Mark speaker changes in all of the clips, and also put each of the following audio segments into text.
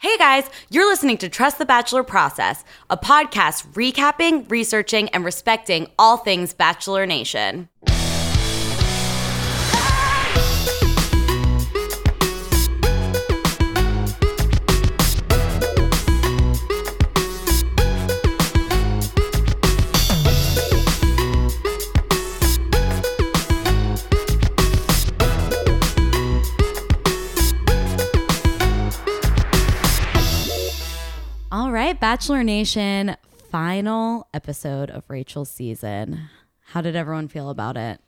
Speaker 1: Hey guys, you're listening to Trust the Bachelor Process, a podcast recapping, researching, and respecting all things Bachelor Nation. All right, Bachelor Nation, final episode of Rachel's season. How did everyone feel about it?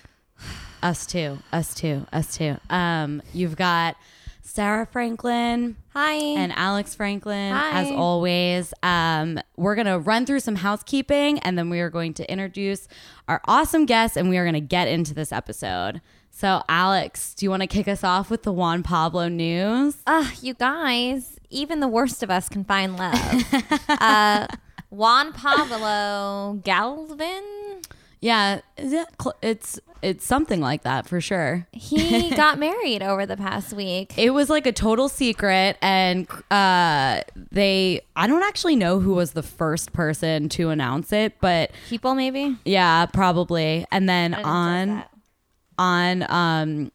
Speaker 1: Us too, us too, us too. Um, you've got Sarah Franklin.
Speaker 2: Hi.
Speaker 1: and Alex Franklin,
Speaker 2: Hi.
Speaker 1: as always. Um, we're going to run through some housekeeping and then we are going to introduce our awesome guests and we are going to get into this episode. So, Alex, do you want to kick us off with the Juan Pablo news?
Speaker 2: Ugh, Ah, you guys, even the worst of us can find love. uh, Juan Pablo Galvin,
Speaker 1: Yeah, is it cl- it's it's something like that for sure.
Speaker 2: he got married over the past week.
Speaker 1: It was like a total secret, and uh, they I don't actually know who was the first person to announce it, but
Speaker 2: People, maybe?
Speaker 1: yeah, probably. And then
Speaker 2: I didn't
Speaker 1: on.
Speaker 2: touch that.
Speaker 1: on um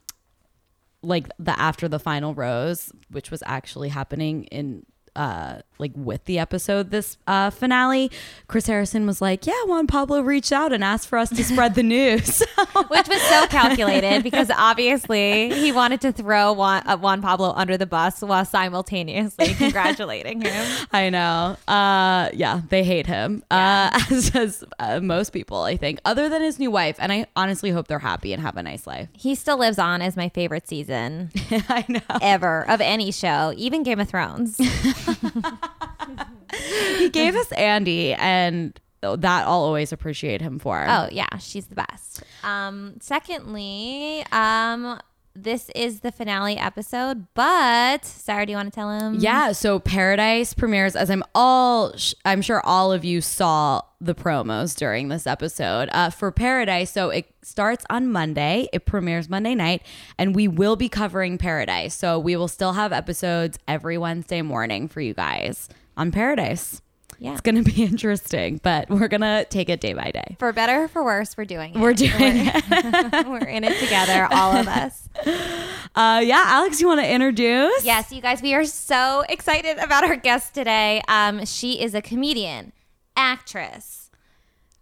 Speaker 1: like the after the final rose which was actually happening in uh like with the episode this uh finale chris harrison was like yeah juan pablo reached out and asked for us to spread the news
Speaker 2: Which was so calculated because obviously he wanted to throw Juan, uh, Juan Pablo under the bus while simultaneously congratulating him.
Speaker 1: i know uh yeah they hate him uh as does uh, most people i think other than his new wife and i honestly hope they're happy and have a nice life
Speaker 2: He still lives on as my favorite season
Speaker 1: i know
Speaker 2: ever of any show, even Game of Thrones.
Speaker 1: he gave us andy and that i'll always appreciate him for
Speaker 2: Oh yeah, she's the best. Um, secondly, um, this is the finale episode, but Sarah, do you want to tell him?
Speaker 1: Yeah, so Paradise premieres as I'm all sh- I'm sure all of you saw the promos during this episode uh, for Paradise. So it starts on Monday. It premieres Monday night, and we will be covering Paradise. So we will still have episodes every Wednesday morning for you guys on Paradise.
Speaker 2: yeah.
Speaker 1: It's gonna be interesting, but we're gonna take it day by day.
Speaker 2: For better or for worse, we're doing it.
Speaker 1: We're doing it.
Speaker 2: we're in it together, all of us.
Speaker 1: Uh, yeah, Alex, you want to introduce?
Speaker 2: Yes, you guys, we are so excited about our guest today. Um, she is a comedian, actress,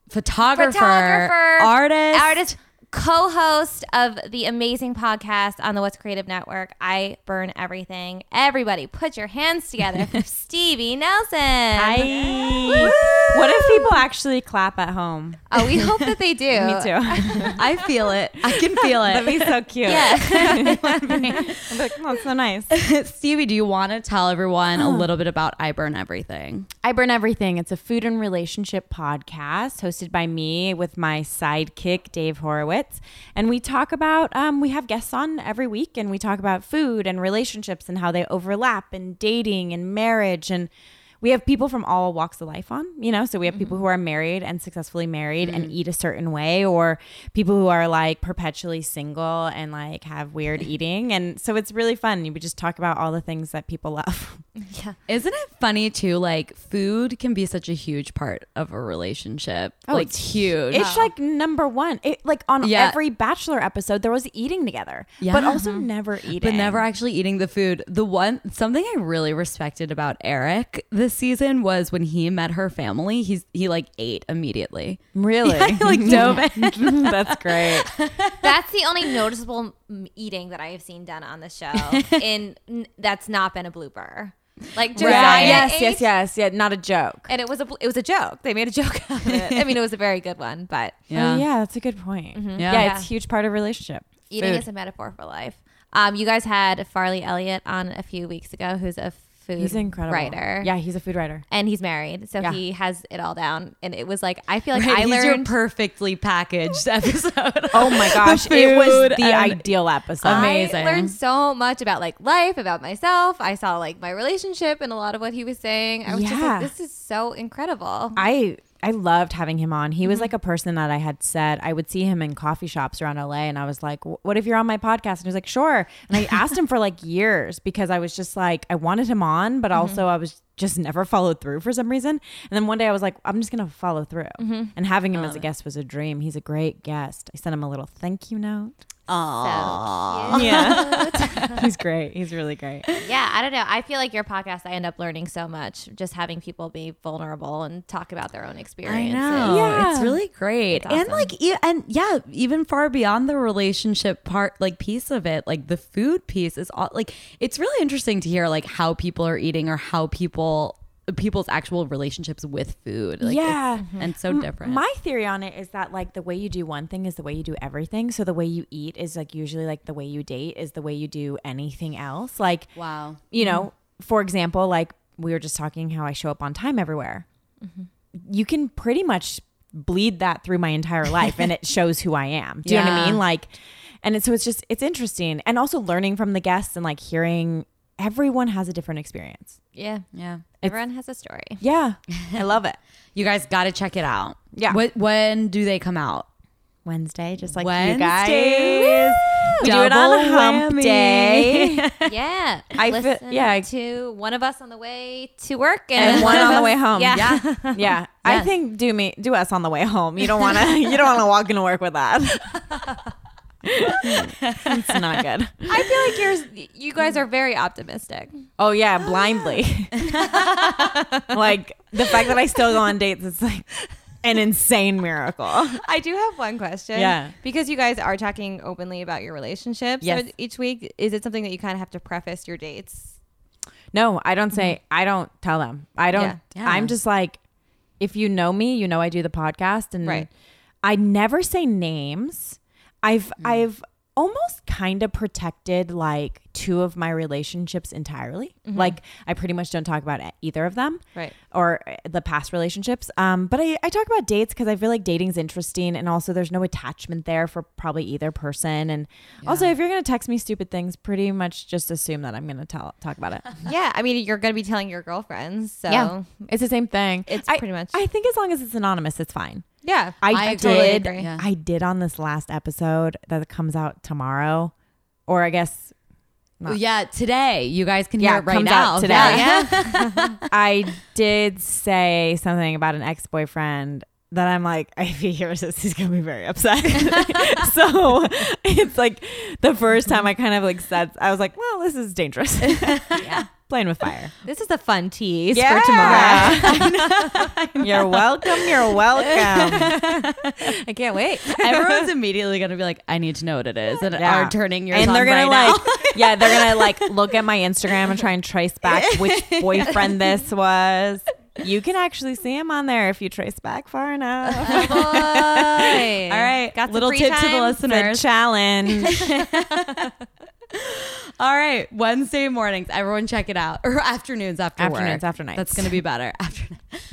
Speaker 1: Photographer,
Speaker 2: photographer,
Speaker 1: artist,
Speaker 2: artist, co-host of the amazing podcast on the What's Creative Network. I burn everything. Everybody, put your hands together for Stevie Nelson.
Speaker 3: What if people actually clap at home?
Speaker 2: Oh, we hope that they do.
Speaker 3: Me too.
Speaker 1: I feel it. I can feel it.
Speaker 3: That'd be so cute.
Speaker 2: Yeah.
Speaker 3: I'd be like, oh, that's so nice.
Speaker 1: Stevie, do you want to tell everyone a little bit about I Burn Everything?
Speaker 3: I Burn Everything. It's a food and relationship podcast hosted by me with my sidekick, Dave Horowitz. And we talk about, um, we have guests on every week and we talk about food and relationships and how they overlap and dating and marriage. And we have people from all walks of life on, you know? So we have people who are married and successfully married and eat a certain way, or people who are like perpetually single and like have weird eating. And so it's really fun. We just talk about all the things that people love.
Speaker 1: Isn't it funny too? Like food can be such a huge part of a relationship. like
Speaker 3: Oh, it's
Speaker 1: huge.
Speaker 3: It's like number one. It like on
Speaker 1: Yeah.
Speaker 3: every Bachelor episode, there was eating together,
Speaker 1: Yeah.
Speaker 3: but also never eating.
Speaker 1: but never actually eating the food. The one something I really respected about Eric this season was when he met her family, he's he like ate immediately.
Speaker 3: really.
Speaker 1: like dove
Speaker 3: That's great.
Speaker 2: That's the only noticeable m- eating that I have seen done on the show in n- that's not been a blooper. Like Josiah
Speaker 1: Right.
Speaker 3: Yes,
Speaker 2: ate,
Speaker 3: yes, yes. Yeah, not a joke.
Speaker 2: And it was a bl- it was a joke. They made a joke out of it. I mean, it was a very good one, but
Speaker 3: Yeah, Uh, yeah that's a good point.
Speaker 1: Yeah.
Speaker 3: Yeah. it's a huge part of relationship.
Speaker 2: eating
Speaker 3: Food.
Speaker 2: is a metaphor for life. Um, you guys had Farley Elliott on a few weeks ago, who's a food
Speaker 3: He's incredible.
Speaker 2: writer.
Speaker 3: Yeah, he's a food writer.
Speaker 2: and he's married, so
Speaker 3: Yeah.
Speaker 2: he has it all down. And it was like I feel like
Speaker 1: Right,
Speaker 2: I
Speaker 1: he's
Speaker 2: learned
Speaker 1: your perfectly packaged episode.
Speaker 3: Oh my gosh, it
Speaker 1: food
Speaker 3: was the
Speaker 1: and-
Speaker 3: ideal episode.
Speaker 1: Amazing.
Speaker 2: I learned so much about like life, about myself. I saw like my relationship and a lot of what he was saying. I was just
Speaker 3: Yeah.
Speaker 2: like, this is so incredible.
Speaker 3: I I loved having him on. He was like a person that I had said I would see him in coffee shops around LA, and I was like, "Wh- "What if you're on my podcast?" And he was like, "Sure." And I asked him for like years because I was just like, I wanted him on, but also I was just never followed through for some reason. And then one day I was like, I'm just gonna follow through. And having him as a guest was a dream. He's a great guest. I sent him a little thank you note.
Speaker 2: So cute.
Speaker 3: Yeah, he's great. He's really great.
Speaker 2: Yeah, I don't know. I feel like your podcast, I end up learning so much just having people be vulnerable and talk about their own experiences.
Speaker 1: I know.
Speaker 3: Yeah.
Speaker 1: It's really great. And
Speaker 2: awesome.
Speaker 1: like e- and yeah, even far beyond the relationship part like piece of it, like the food piece is all like it's really interesting to hear like how people are eating or how people people's actual relationships with food. Like, it's-
Speaker 3: Yeah.
Speaker 2: Mm-hmm.
Speaker 1: And so different.
Speaker 3: My theory on it is that like the way you do one thing is the way you do everything. So the way you eat is like usually like the way you date is the way you do anything else. Like
Speaker 1: wow.
Speaker 3: you know,
Speaker 1: mm-hmm.
Speaker 3: for example, like we were just talking how I show up on time everywhere.
Speaker 1: Mm-hmm.
Speaker 3: You can pretty much bleed that through my entire life and it shows who I am. Do you know what I
Speaker 1: Yeah.
Speaker 3: mean? Like and it's so it's just it's interesting and also learning from the guests and like hearing everyone has a different experience.
Speaker 2: Yeah.
Speaker 1: Yeah.
Speaker 2: Everyone has a story.
Speaker 3: Yeah. I love it.
Speaker 1: You guys got to check it out.
Speaker 3: Yeah.
Speaker 1: What when do they come out?
Speaker 3: Wednesday, just like you
Speaker 1: Wednesday.
Speaker 3: guys. We do it on
Speaker 1: Double
Speaker 3: hump
Speaker 1: whammy.
Speaker 3: day.
Speaker 2: Yeah.
Speaker 3: I feel-
Speaker 2: Listen
Speaker 3: yeah, I-
Speaker 2: to one of us on the way to work and,
Speaker 3: and one on the way home.
Speaker 2: Yeah.
Speaker 3: yeah. I think do me do us on the way home. You don't want to you don't want to walk into work with that. it's not good.
Speaker 2: I feel like yours, you guys are very optimistic.
Speaker 3: Oh yeah, blindly. like the fact that I still go on dates is like an insane miracle.
Speaker 2: I do have one question.
Speaker 3: Yeah.
Speaker 2: Because you guys are talking openly about your relationships
Speaker 3: Yes.
Speaker 2: so each week, is it something that you kind of have to preface your dates?
Speaker 3: No, I don't say I don't tell them. I don't
Speaker 2: Mm-hmm. Yeah.
Speaker 1: Yeah.
Speaker 3: I'm just like if you know me, you know I do the podcast and
Speaker 2: Right.
Speaker 3: I never say names. I've
Speaker 2: Mm.
Speaker 3: I've almost kind of protected like two of my relationships entirely.
Speaker 2: Mm-hmm.
Speaker 3: Like I pretty much don't talk about e- either of them
Speaker 2: Right.
Speaker 3: or uh, the past relationships. Um, but I, I talk about dates because I feel like dating's interesting, and also there's no attachment there for probably either person. And also, if you're gonna text me stupid things, pretty much just assume that I'm gonna tell, talk about it.
Speaker 2: Yeah. I mean, you're going to be telling your girlfriends. So,
Speaker 3: it's the same thing.
Speaker 2: It's
Speaker 3: I-
Speaker 2: pretty much-
Speaker 3: I think as long as it's anonymous, it's fine.
Speaker 2: yeah.
Speaker 1: I
Speaker 3: I,
Speaker 1: agree.
Speaker 2: Totally
Speaker 3: did.
Speaker 2: agree.
Speaker 1: Yeah.
Speaker 3: I did on this last episode that comes out tomorrow, or I guess Not-
Speaker 1: Yeah, today. You guys can
Speaker 3: Yeah,
Speaker 1: hear it right
Speaker 3: comes
Speaker 1: now.
Speaker 3: out today.
Speaker 1: Yeah, yeah.
Speaker 3: I did say something about an ex boyfriend that I'm like, if he hears this, he's gonna be very upset. so it's like the first time I kind of like said, I was like, well, this is dangerous. Playing with fire.
Speaker 2: This is a fun tease
Speaker 3: Yeah.
Speaker 2: for tomorrow.
Speaker 3: You're welcome. You're welcome.
Speaker 2: I can't wait.
Speaker 1: Everyone's immediately gonna be like, I need to know what it is, and
Speaker 3: Yeah.
Speaker 1: are turning yours
Speaker 3: and
Speaker 1: on
Speaker 3: they're gonna
Speaker 1: right now.
Speaker 3: like, yeah, they're gonna like look at my Instagram and try and trace back which boyfriend this was. You can actually see him on there if you trace back far enough.
Speaker 2: All right. Got some
Speaker 1: Little
Speaker 2: free
Speaker 1: tip to the
Speaker 2: time?
Speaker 3: It's a
Speaker 1: listeners.
Speaker 3: challenge.
Speaker 1: All right, Wednesday mornings, everyone check it out, or afternoons after work.
Speaker 3: Afternoons after nights.
Speaker 1: That's gonna be better. After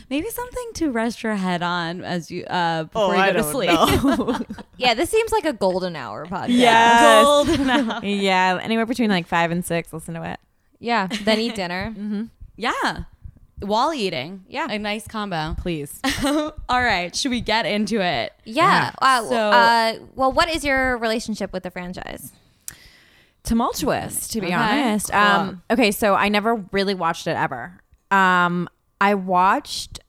Speaker 1: maybe something to rest your head on as you uh before you go to sleep.
Speaker 2: Yeah. This seems like a golden hour podcast.
Speaker 3: Yes.
Speaker 1: Cold.
Speaker 3: yeah, anywhere between like five and six. Listen to it.
Speaker 2: Yeah. Then eat dinner.
Speaker 1: yeah, while eating.
Speaker 2: Yeah.
Speaker 1: a nice combo.
Speaker 3: Please.
Speaker 1: All right, should we get into it?
Speaker 2: Yeah. Uh,
Speaker 1: So-
Speaker 2: uh, well, what is your relationship with the franchise?
Speaker 3: Tumultuous, to be
Speaker 1: Okay,
Speaker 3: honest.
Speaker 1: cool.
Speaker 3: Um, okay, so I never really watched it ever. Um, I watched,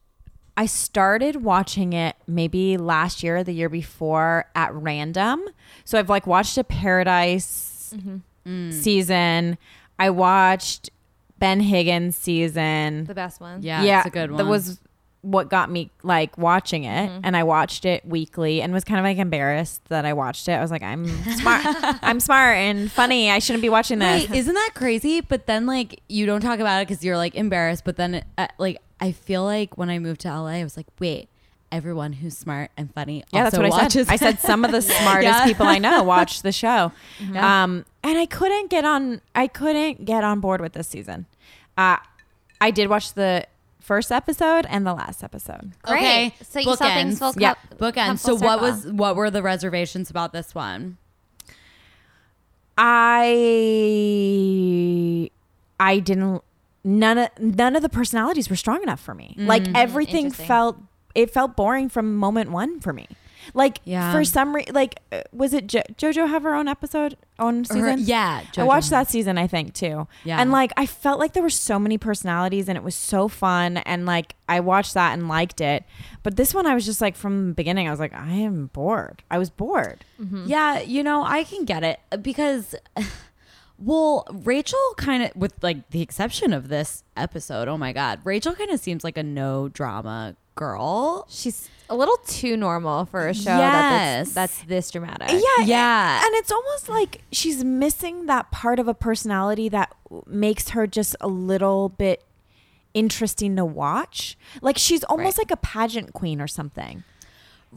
Speaker 3: I started watching it maybe last year, or the year before at random. So I've like watched a Paradise
Speaker 1: Mm-hmm.
Speaker 3: season. I watched Ben Higgins season.
Speaker 2: The best one.
Speaker 1: Yeah, it's a good one. Mm-hmm.
Speaker 3: That was what got me like watching it, and I watched it weekly, and was kind of like embarrassed that I watched it. I was like, I'm smart, I'm smart and funny. I shouldn't be watching this.
Speaker 1: Wait, isn't that crazy? But then, like, you don't talk about it because you're like embarrassed. But then, uh, like, I feel like when I moved to LA, I was like, wait, everyone who's smart and funny
Speaker 3: yeah, that's
Speaker 1: also
Speaker 3: what I
Speaker 1: watches.
Speaker 3: said. I said some of the smartest
Speaker 1: Yeah.
Speaker 3: people I know watch the show,
Speaker 1: Yeah.
Speaker 3: um, and I couldn't get on. I couldn't get on board with this season. Uh, I did watch the first episode and the last episode.
Speaker 2: Great.
Speaker 1: Okay,
Speaker 2: So you saw things
Speaker 1: bookends.
Speaker 2: full
Speaker 3: Yeah.
Speaker 2: come
Speaker 1: bookend. So,
Speaker 2: full
Speaker 1: what
Speaker 2: circle.
Speaker 1: was what were the reservations about this one?
Speaker 3: I I
Speaker 1: Mm,
Speaker 3: didn't none of none of the personalities were strong enough for me. Like everything
Speaker 2: Interesting.
Speaker 3: felt it felt boring from moment one for me. Like
Speaker 1: Yeah.
Speaker 3: for some reason, like uh, was it jo- JoJo have her own episode, own
Speaker 1: Her-
Speaker 3: season?
Speaker 1: yeah,
Speaker 3: I
Speaker 1: JoJo.
Speaker 3: watched that season, I think too.
Speaker 1: Yeah.
Speaker 3: and like I felt like there were so many personalities, and it was so fun, and like I watched that and liked it. But this one, I was just like from the beginning, I was like, I am bored. I was bored.
Speaker 1: Yeah, you know, I can get it uh, because, well, Rachel kind of, with like the exception of this episode, oh my God, Rachel kind of seems like a no drama girl.
Speaker 2: She's a little too normal for a show
Speaker 1: Yes.
Speaker 2: that that's, that's this dramatic.
Speaker 1: Yeah.
Speaker 3: Yeah.
Speaker 1: Yeah.
Speaker 3: And it's almost like she's missing that part of a personality that w- makes her just a little bit interesting to watch. Like she's almost like a pageant queen or something.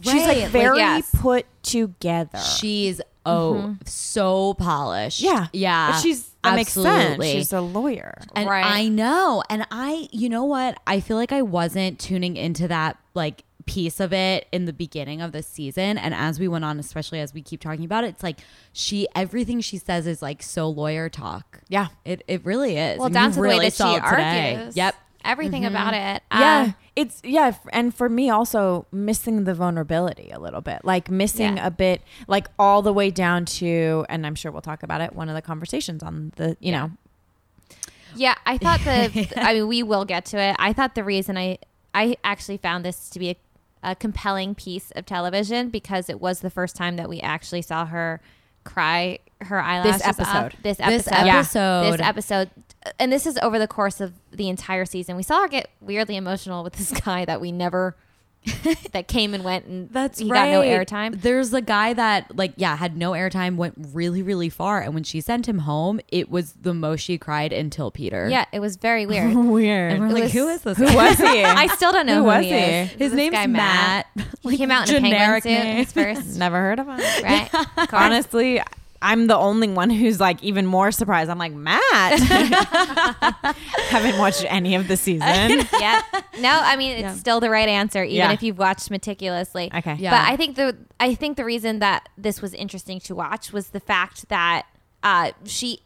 Speaker 3: She's
Speaker 1: Right,
Speaker 3: like
Speaker 1: like,
Speaker 3: very
Speaker 2: yes.
Speaker 3: put together.
Speaker 1: She's, oh,
Speaker 2: Mm-hmm.
Speaker 1: so polished.
Speaker 3: yeah.
Speaker 1: Yeah.
Speaker 3: But she's that makes sense.
Speaker 1: absolutely.
Speaker 3: She's a lawyer.
Speaker 1: And
Speaker 2: Right.
Speaker 1: I know. And I, you know what? I feel like I wasn't tuning into that like piece of it in the beginning of the season. And as we went on, especially as we keep talking about it, it's like she, everything she says is like so lawyer talk.
Speaker 3: Yeah.
Speaker 1: It, it really is.
Speaker 2: Well,
Speaker 1: And
Speaker 2: down
Speaker 1: you
Speaker 2: to the
Speaker 1: really
Speaker 2: way that she
Speaker 1: saw it today.
Speaker 2: argues.
Speaker 1: Yep. Mm-hmm.
Speaker 2: Everything about it. Uh,
Speaker 3: yeah it's yeah f- and for me also missing the vulnerability a little bit like missing
Speaker 2: Yeah.
Speaker 3: a bit like all the way down to and i'm sure we'll talk about it one of the conversations on the you know
Speaker 2: Yeah, I thought the. I mean, we will get to it. I thought the reason I I actually found this to be a, a compelling piece of television because it was the first time that we actually saw her cry her eyelashes off.
Speaker 3: episode.
Speaker 2: This
Speaker 1: This
Speaker 2: episode.
Speaker 1: episode.
Speaker 2: This episode. And this is over the course of the entire season. We saw her get weirdly emotional with this guy that we never. that came and went, and
Speaker 1: That's
Speaker 2: he
Speaker 1: right.
Speaker 2: got no airtime.
Speaker 1: There's a guy that like yeah had no airtime, went really really far, and when she sent him home, it was the most she cried until Peter.
Speaker 2: Yeah, it was very weird.
Speaker 1: and
Speaker 3: weird
Speaker 1: we're
Speaker 2: It
Speaker 1: like,
Speaker 2: was-
Speaker 1: who is this?
Speaker 3: who was he
Speaker 2: I still don't know
Speaker 3: Who
Speaker 2: who,
Speaker 3: was
Speaker 2: he,
Speaker 3: he?
Speaker 2: is.
Speaker 1: His
Speaker 2: This
Speaker 1: name's
Speaker 2: guy
Speaker 1: Matt.
Speaker 2: He came out in a penguin
Speaker 1: generic
Speaker 2: suit in his first,
Speaker 3: never heard of him
Speaker 2: right?
Speaker 3: honestly i'm the only one who's like even more surprised i'm like matt haven't watched any of the season
Speaker 2: yeah. No, I mean it's still the right answer, even
Speaker 3: Yeah.
Speaker 2: if you've watched meticulously.
Speaker 3: okay
Speaker 1: Yeah.
Speaker 2: But I think the I think the reason that this was interesting to watch was the fact that uh, she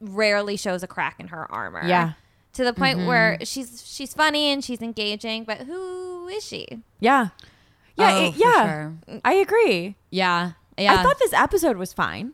Speaker 2: rarely shows a crack in her armor.
Speaker 3: Yeah.
Speaker 2: To the
Speaker 1: Mm-hmm.
Speaker 2: point where she's she's funny and she's engaging, but who is she?
Speaker 3: yeah yeah
Speaker 1: Oh,
Speaker 3: it-
Speaker 1: for
Speaker 3: yeah
Speaker 1: sure.
Speaker 3: i agree
Speaker 1: Yeah. Yeah.
Speaker 3: i thought this episode was fine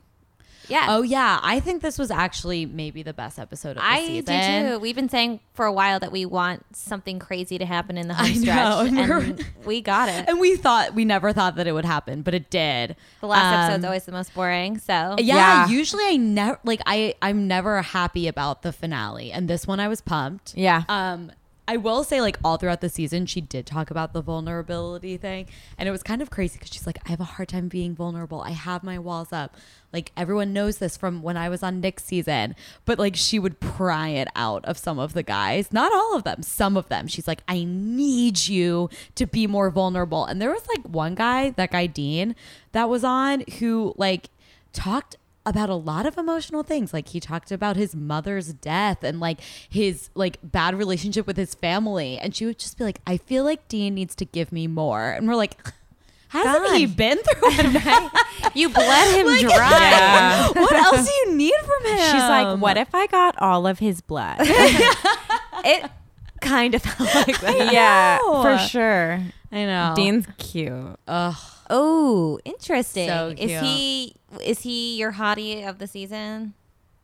Speaker 2: Yeah.
Speaker 1: Oh yeah, I think this was actually maybe the best episode of the
Speaker 2: I
Speaker 1: season.
Speaker 2: do too. We've been saying for a while that we want something crazy to happen in the home
Speaker 1: I
Speaker 2: stretch,
Speaker 1: know, and
Speaker 2: and
Speaker 1: we're-
Speaker 2: we got it.
Speaker 1: And we thought we never thought that it would happen, but it did.
Speaker 2: The last
Speaker 1: Um,
Speaker 2: episode's always the most boring, so
Speaker 1: Yeah,
Speaker 3: Yeah.
Speaker 1: usually I never like I I'm never happy about the finale, and this one I was pumped.
Speaker 3: yeah
Speaker 1: Um, I will say, like all throughout the season, she did talk about the vulnerability thing, and it was kind of crazy because she's like, "I have a hard time being vulnerable. I have my walls up. Like everyone knows this from when I was on Nick's season." But like she would pry it out of some of the guys, not all of them, some of them. She's like, "I need you to be more vulnerable." And there was like one guy, that guy Dean, that was on who like talked about a lot of emotional things like he talked about his mother's death and like his like bad relationship with his family and she would just be like i feel like dean needs to give me more and we're like hasn't he
Speaker 2: God.
Speaker 1: been through enough
Speaker 3: Uh,
Speaker 2: you bled him
Speaker 1: Like-
Speaker 2: dry.
Speaker 3: Yeah.
Speaker 1: what else do you need from him
Speaker 3: She's like, what if I got all of his blood?
Speaker 2: It kind of felt like that.
Speaker 3: yeah,
Speaker 1: know.
Speaker 3: for sure.
Speaker 1: i know
Speaker 3: Dean's cute.
Speaker 1: Ugh.
Speaker 2: Oh, interesting.
Speaker 1: So
Speaker 2: is
Speaker 1: cute.
Speaker 2: he is he your hottie of the season?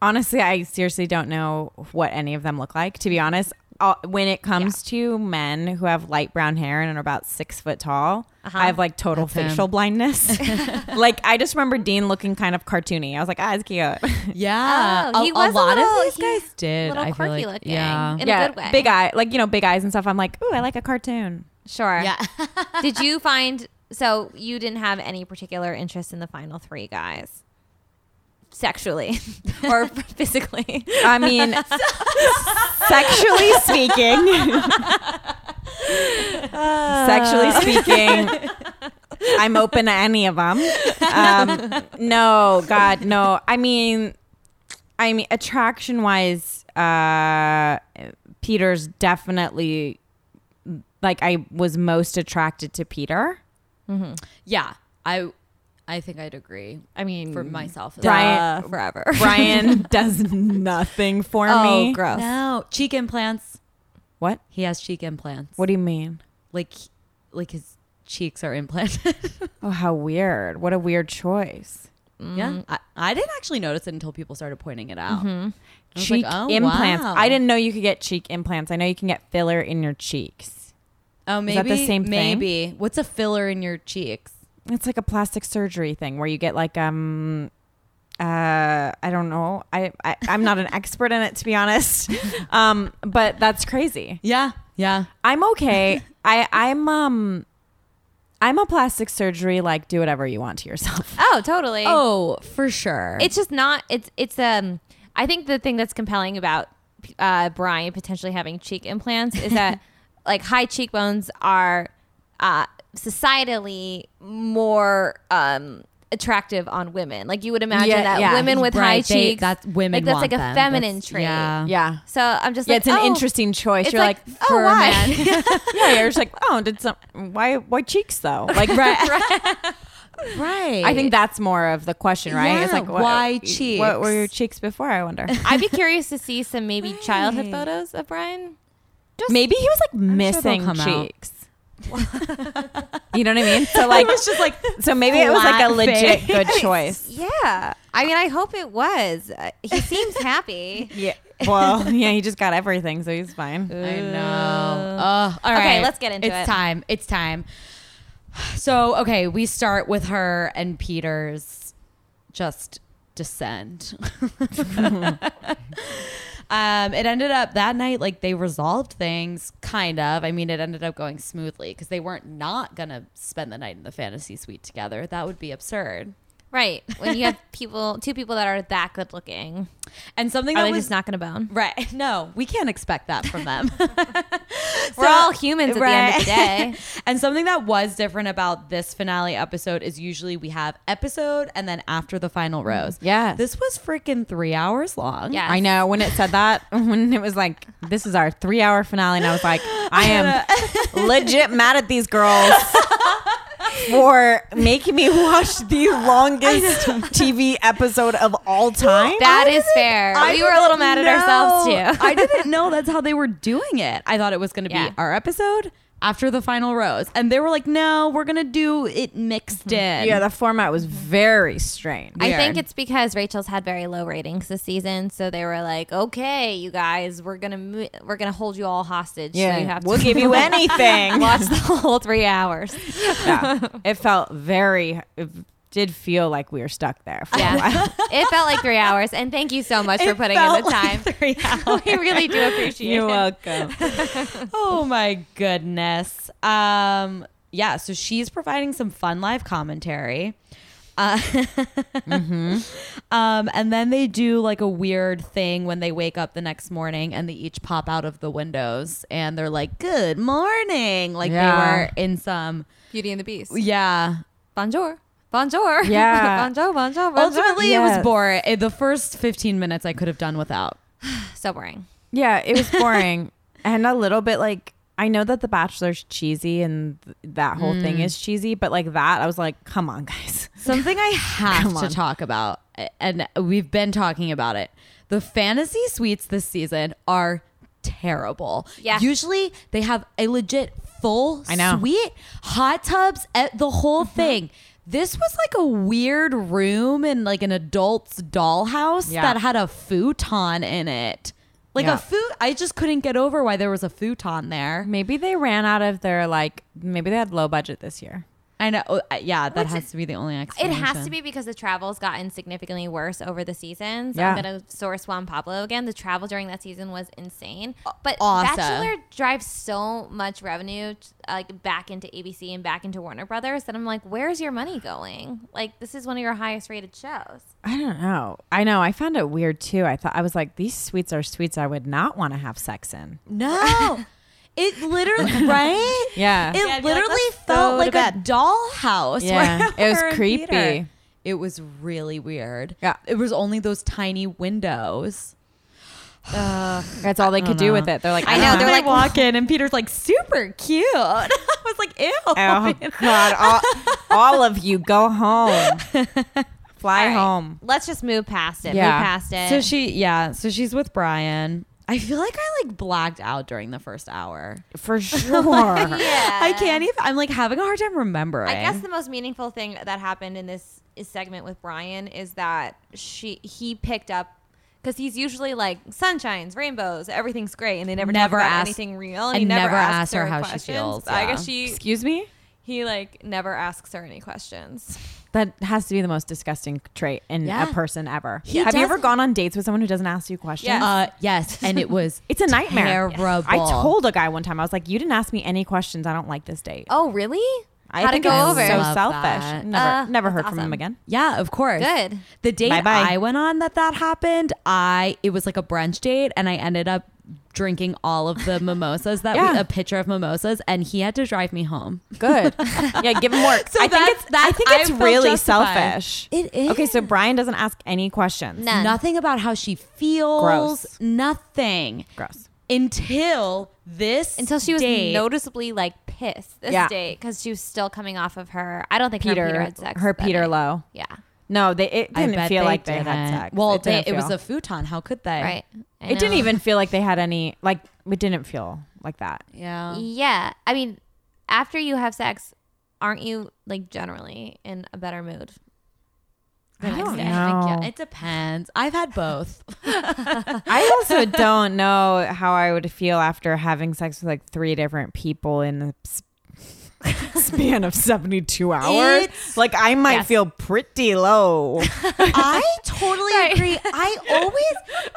Speaker 3: Honestly, I seriously don't know what any of them look like. To be honest, uh, when it comes to men who have light brown hair and are about six foot tall,
Speaker 2: Uh-huh.
Speaker 3: I have like total
Speaker 1: That's him.
Speaker 3: facial blindness. like I just remember Dean looking kind of cartoony. I was like, ah, it's cute.
Speaker 1: yeah
Speaker 2: Oh, he
Speaker 1: a,
Speaker 2: was
Speaker 1: a
Speaker 2: a
Speaker 1: lot
Speaker 2: little-
Speaker 1: of these
Speaker 2: he's
Speaker 1: guys did
Speaker 2: little
Speaker 1: i feel
Speaker 2: quirky
Speaker 1: like
Speaker 2: looking.
Speaker 1: yeah
Speaker 2: In a good way.
Speaker 3: big eye, like you know, big eyes and stuff. I'm like, ooh, I like a cartoon.
Speaker 2: Sure.
Speaker 1: yeah
Speaker 2: Did you find so you didn't have any particular interest in the final three guys? Sexually or physically.
Speaker 3: I mean, sexually speaking, sexually speaking, Uh. I'm open to any of them. Um, no, God, no. I mean, I mean, attraction wise, uh, Peter's definitely like I was most attracted to Peter.
Speaker 1: yeah i i think i'd agree
Speaker 2: I mean
Speaker 1: for myself as
Speaker 3: Brian-
Speaker 1: well.
Speaker 2: forever.
Speaker 3: Brian does nothing for
Speaker 2: Oh,
Speaker 3: me.
Speaker 2: gross.
Speaker 1: no cheek implants
Speaker 3: What?
Speaker 1: he has cheek implants
Speaker 3: What do you mean?
Speaker 1: like like his cheeks are implanted.
Speaker 3: Oh, how weird. What a weird choice.
Speaker 1: yeah, I, I didn't actually notice it until people started pointing it out. I
Speaker 3: Mm-hmm.
Speaker 1: was like,
Speaker 3: Cheek
Speaker 1: oh,
Speaker 3: implants.
Speaker 1: wow.
Speaker 3: I didn't know you could get cheek implants. I know you can get filler in your cheeks.
Speaker 1: Oh,
Speaker 3: Is
Speaker 1: maybe
Speaker 3: that the same thing?
Speaker 1: Maybe. What's a filler in your cheeks?
Speaker 3: It's like a plastic surgery thing where you get like um uh I don't know. I, I I'm not an expert in it to be honest. Um but that's crazy.
Speaker 1: Yeah, yeah.
Speaker 3: I'm okay. I I'm um I'm a plastic surgery like do whatever you want to yourself.
Speaker 2: Oh, totally.
Speaker 1: Oh, for sure.
Speaker 2: it's just not it's it's um i think the thing that's compelling about uh brian potentially having cheek implants is that like high cheekbones are uh societally more um attractive on women like you would imagine
Speaker 3: Yeah,
Speaker 2: that
Speaker 3: yeah.
Speaker 2: women with high
Speaker 1: Right, they-
Speaker 2: cheeks
Speaker 1: that's women.
Speaker 2: like that's
Speaker 1: want
Speaker 2: like a
Speaker 1: them.
Speaker 2: feminine
Speaker 1: That's-
Speaker 2: trait
Speaker 1: Yeah.
Speaker 3: Yeah.
Speaker 2: so i'm just
Speaker 3: Yeah,
Speaker 2: like
Speaker 3: it's an
Speaker 2: oh,
Speaker 3: interesting choice.
Speaker 2: it's
Speaker 3: You're like,
Speaker 2: like, oh,
Speaker 3: for a
Speaker 2: why?
Speaker 3: man. yeah, you're just like, oh, did some why why cheeks though? Like
Speaker 1: Right. right.
Speaker 3: I think that's more of the question, right? it's
Speaker 1: Yeah,
Speaker 3: like what-
Speaker 1: why
Speaker 3: What were your
Speaker 1: cheeks?
Speaker 3: cheeks before? I wonder.
Speaker 2: i'd be curious to see some maybe childhood
Speaker 1: Right.
Speaker 2: photos of brian
Speaker 3: Maybe he was like
Speaker 1: they'll
Speaker 3: missing
Speaker 1: come out.
Speaker 3: cheeks. you know what I mean? So like,
Speaker 1: just like
Speaker 3: so maybe it was like a
Speaker 1: flat
Speaker 3: legit
Speaker 1: face.
Speaker 3: good choice.
Speaker 2: yeah i mean i hope it was Uh, he seems happy
Speaker 3: Yeah. Well, yeah, he just got everything, so he's fine.
Speaker 1: I know. Oh, all
Speaker 2: Okay,
Speaker 1: right.
Speaker 2: let's get into
Speaker 1: it's
Speaker 2: it.
Speaker 1: It's time. It's time. So, okay, we start with her and Peter's just descend. um, it ended up that night, like they resolved things, kind of. I mean, it ended up going smoothly because they weren't not going to spend the night in the fantasy suite together. That would be absurd.
Speaker 2: Right. When you have people, two people that are that good looking,
Speaker 1: And something
Speaker 2: are
Speaker 1: that
Speaker 2: they
Speaker 1: was
Speaker 2: just not going to bone?
Speaker 1: Right. No, we can't expect that from them.
Speaker 2: We're all humans at the end of the day.
Speaker 1: and something that was different about this finale episode is usually we have episode and then after the final rose.
Speaker 3: Yeah.
Speaker 1: This was freaking three hours long.
Speaker 2: Mm, Yeah.
Speaker 3: I know when it said that, when it was like, this is our three hour finale, and I was like, I am legit mad at these girls for making me watch the longest TV episode of all time.
Speaker 2: That is fair. we were a little mad at ourselves
Speaker 1: No,
Speaker 2: too.
Speaker 1: I didn't know that's how they were doing it. I thought it was going to
Speaker 2: Yeah.
Speaker 1: be our episode after the final rose. And they were like, no, we're going to do it mixed
Speaker 2: Mm-hmm.
Speaker 1: in.
Speaker 3: yeah, the format was very strange.
Speaker 2: I
Speaker 1: Weird.
Speaker 2: think it's because Rachel's had very low ratings this season, so they were like, "Okay, you guys, we're gonna mo- we're gonna hold you all hostage. so you have to
Speaker 3: we'll give you anything.
Speaker 2: watch the whole three hours."
Speaker 3: Yeah. It felt very, it did feel like we were stuck there for a while.
Speaker 2: Yeah, it felt like three hours, and thank you so much for
Speaker 1: It
Speaker 2: putting in the
Speaker 1: felt like
Speaker 2: time.
Speaker 1: three hours.
Speaker 2: we really
Speaker 3: uh,
Speaker 2: do appreciate it.
Speaker 3: welcome.
Speaker 1: oh my goodness. Um, yeah, so she's providing some fun live commentary. Uh,
Speaker 3: Mm-hmm.
Speaker 1: um, and then they do like a weird thing when they wake up the next morning and they each pop out of the windows and they're like, Good morning. Like
Speaker 3: Yeah.
Speaker 1: they were in some,
Speaker 2: Beauty and the Beast.
Speaker 1: yeah.
Speaker 2: Bonjour. Bonjour.
Speaker 3: Yeah.
Speaker 2: bonjour, bonjour, bonjour.
Speaker 1: Ultimately, it
Speaker 3: Yes.
Speaker 1: was boring. Eh, The first 15 minutes I could have done without.
Speaker 2: So boring.
Speaker 3: Yeah, it was boring and a little bit like I know that The Bachelor's cheesy and th- that whole thing
Speaker 2: Mm.
Speaker 3: is cheesy, but like that, I was like, come on, guys.
Speaker 1: Something I have
Speaker 3: Come
Speaker 1: to
Speaker 3: on.
Speaker 1: talk about, and we've been talking about it. The fantasy suites this season are terrible.
Speaker 2: Yeah.
Speaker 1: Usually they have a legit full
Speaker 3: I know.
Speaker 1: suite, hot tubs, eh, the whole thing. This was like a weird room in like an adult's dollhouse
Speaker 3: Yeah.
Speaker 1: that had a futon in it. Like
Speaker 3: Yeah. Mm.
Speaker 1: a food, I just couldn't get over why there was a futon there.
Speaker 3: Maybe they ran out of their like, maybe they had low budget this year.
Speaker 1: I know, oh, uh, yeah, that
Speaker 2: Which
Speaker 1: has to be the only
Speaker 2: It
Speaker 1: explanation.
Speaker 2: has to be because the travel's gotten significantly worse over the seasons.
Speaker 3: Yeah.
Speaker 2: I'm going to source Juan Pablo again. The travel during that season was insane. But
Speaker 1: awesome.
Speaker 2: Bachelor drives so much revenue uh, like back into ABC and back into Warner Brothers that I'm like, where's your money going? Like, this is one of your highest rated shows.
Speaker 3: I don't know. I know. I found it weird too. I thought, I was like, these suites are suites I would not want to have sex in.
Speaker 1: No. It literally, right?
Speaker 3: Yeah.
Speaker 1: It
Speaker 2: I'd be like,
Speaker 1: literally
Speaker 2: "Let's
Speaker 1: felt
Speaker 2: go
Speaker 1: like
Speaker 2: to
Speaker 1: a
Speaker 2: bed."
Speaker 1: dollhouse.
Speaker 3: Yeah.
Speaker 1: where
Speaker 3: It was
Speaker 1: we're in
Speaker 3: creepy.
Speaker 1: theater. It was really weird.
Speaker 3: Yeah.
Speaker 1: It was only those tiny windows.
Speaker 3: That's all they could do with it. They're like,
Speaker 2: I know.
Speaker 3: "Ah."
Speaker 2: They're
Speaker 1: I
Speaker 2: like-
Speaker 1: walk in and Peter's like, super cute. I was like, ew.
Speaker 3: Oh God! All, all of you go home. Fly
Speaker 2: All right.
Speaker 3: home.
Speaker 2: Let's just move past it.
Speaker 3: Yeah.
Speaker 2: Move past it.
Speaker 1: So she, yeah. So she's with Brian. I feel like I like blacked out during the first hour.
Speaker 3: for sure.
Speaker 2: yeah.
Speaker 1: I can't even. I'm like having a hard time remembering.
Speaker 2: I guess the most meaningful thing that happened in this is segment with Brian is that she he picked up because he's usually like sunshines, rainbows, everything's great, and they never,
Speaker 1: Never
Speaker 2: never talk about
Speaker 1: ask-
Speaker 2: anything real,
Speaker 1: and
Speaker 2: he never,
Speaker 1: never
Speaker 2: asks
Speaker 1: ask her how she
Speaker 2: questions.
Speaker 1: feels,
Speaker 2: I
Speaker 1: yeah.
Speaker 2: guess she
Speaker 3: Excuse me.
Speaker 2: he like never asks her any questions.
Speaker 3: That has to be the most disgusting trait in
Speaker 1: Yeah.
Speaker 3: a person ever.
Speaker 1: He
Speaker 3: Have you ever
Speaker 1: doesn't-
Speaker 3: gone on dates with someone who doesn't ask you questions?
Speaker 2: Yeah.
Speaker 1: Uh, yes, and it was.
Speaker 3: It's a nightmare.
Speaker 1: Terrible.
Speaker 3: I told a guy one time, I was like, "You didn't ask me any questions. I don't like this date."
Speaker 2: Oh, really?
Speaker 3: I
Speaker 2: How'd it
Speaker 3: think
Speaker 2: go
Speaker 3: it's
Speaker 2: over?
Speaker 3: So
Speaker 1: Love
Speaker 3: selfish.
Speaker 1: that.
Speaker 3: Never,
Speaker 2: Uh,
Speaker 3: never
Speaker 2: that's
Speaker 3: heard from
Speaker 2: awesome.
Speaker 3: him again.
Speaker 1: Yeah, of course.
Speaker 2: Good.
Speaker 1: The date
Speaker 3: Bye-bye.
Speaker 1: I went on that that happened, I it was like a brunch date, and I ended up drinking all of the mimosas that we,
Speaker 3: Yeah.
Speaker 1: a pitcher of mimosas, and he had to drive me home.
Speaker 3: Good. yeah, give him work.
Speaker 1: So
Speaker 3: I think
Speaker 1: that's-
Speaker 3: it's I
Speaker 1: that's-
Speaker 3: think
Speaker 1: I
Speaker 3: it's
Speaker 1: felt
Speaker 3: really
Speaker 1: justified.
Speaker 3: selfish.
Speaker 1: It is.
Speaker 3: Okay, so Brian doesn't ask any questions.
Speaker 2: None.
Speaker 1: Nothing about how she feels.
Speaker 3: Gross.
Speaker 1: Nothing
Speaker 3: Gross.
Speaker 1: until this
Speaker 2: Until she was
Speaker 1: date.
Speaker 2: noticeably like pissed this
Speaker 3: Yeah.
Speaker 2: date because she was still coming off of her. I don't think her
Speaker 3: Peter,
Speaker 2: and
Speaker 3: her
Speaker 2: Peter
Speaker 3: Peter,
Speaker 2: had sex. that night.
Speaker 3: Low.
Speaker 2: Yeah.
Speaker 3: No, they it
Speaker 1: I
Speaker 3: didn't
Speaker 1: bet
Speaker 3: feel
Speaker 1: they
Speaker 3: like they
Speaker 1: didn't.
Speaker 3: had sex.
Speaker 1: Well, they-
Speaker 3: didn't
Speaker 1: it was
Speaker 3: feel-
Speaker 1: a futon. How could they?
Speaker 2: Right. I
Speaker 3: It didn't
Speaker 2: know.
Speaker 3: even feel like they had any. Like it didn't feel like that.
Speaker 2: Uh-huh.
Speaker 1: Yeah.
Speaker 2: Yeah. I mean, after you have sex, aren't you like generally in a better mood?
Speaker 1: I
Speaker 2: next
Speaker 1: don't
Speaker 2: day.
Speaker 1: know.
Speaker 3: No.
Speaker 1: It depends. I've had both.
Speaker 3: I also don't know how I would feel after having sex with like three different people in the s- span of 72 hours.
Speaker 1: It's-
Speaker 3: like I might
Speaker 2: Yes.
Speaker 3: feel pretty low.
Speaker 1: I totally
Speaker 2: Right.
Speaker 1: agree. I always.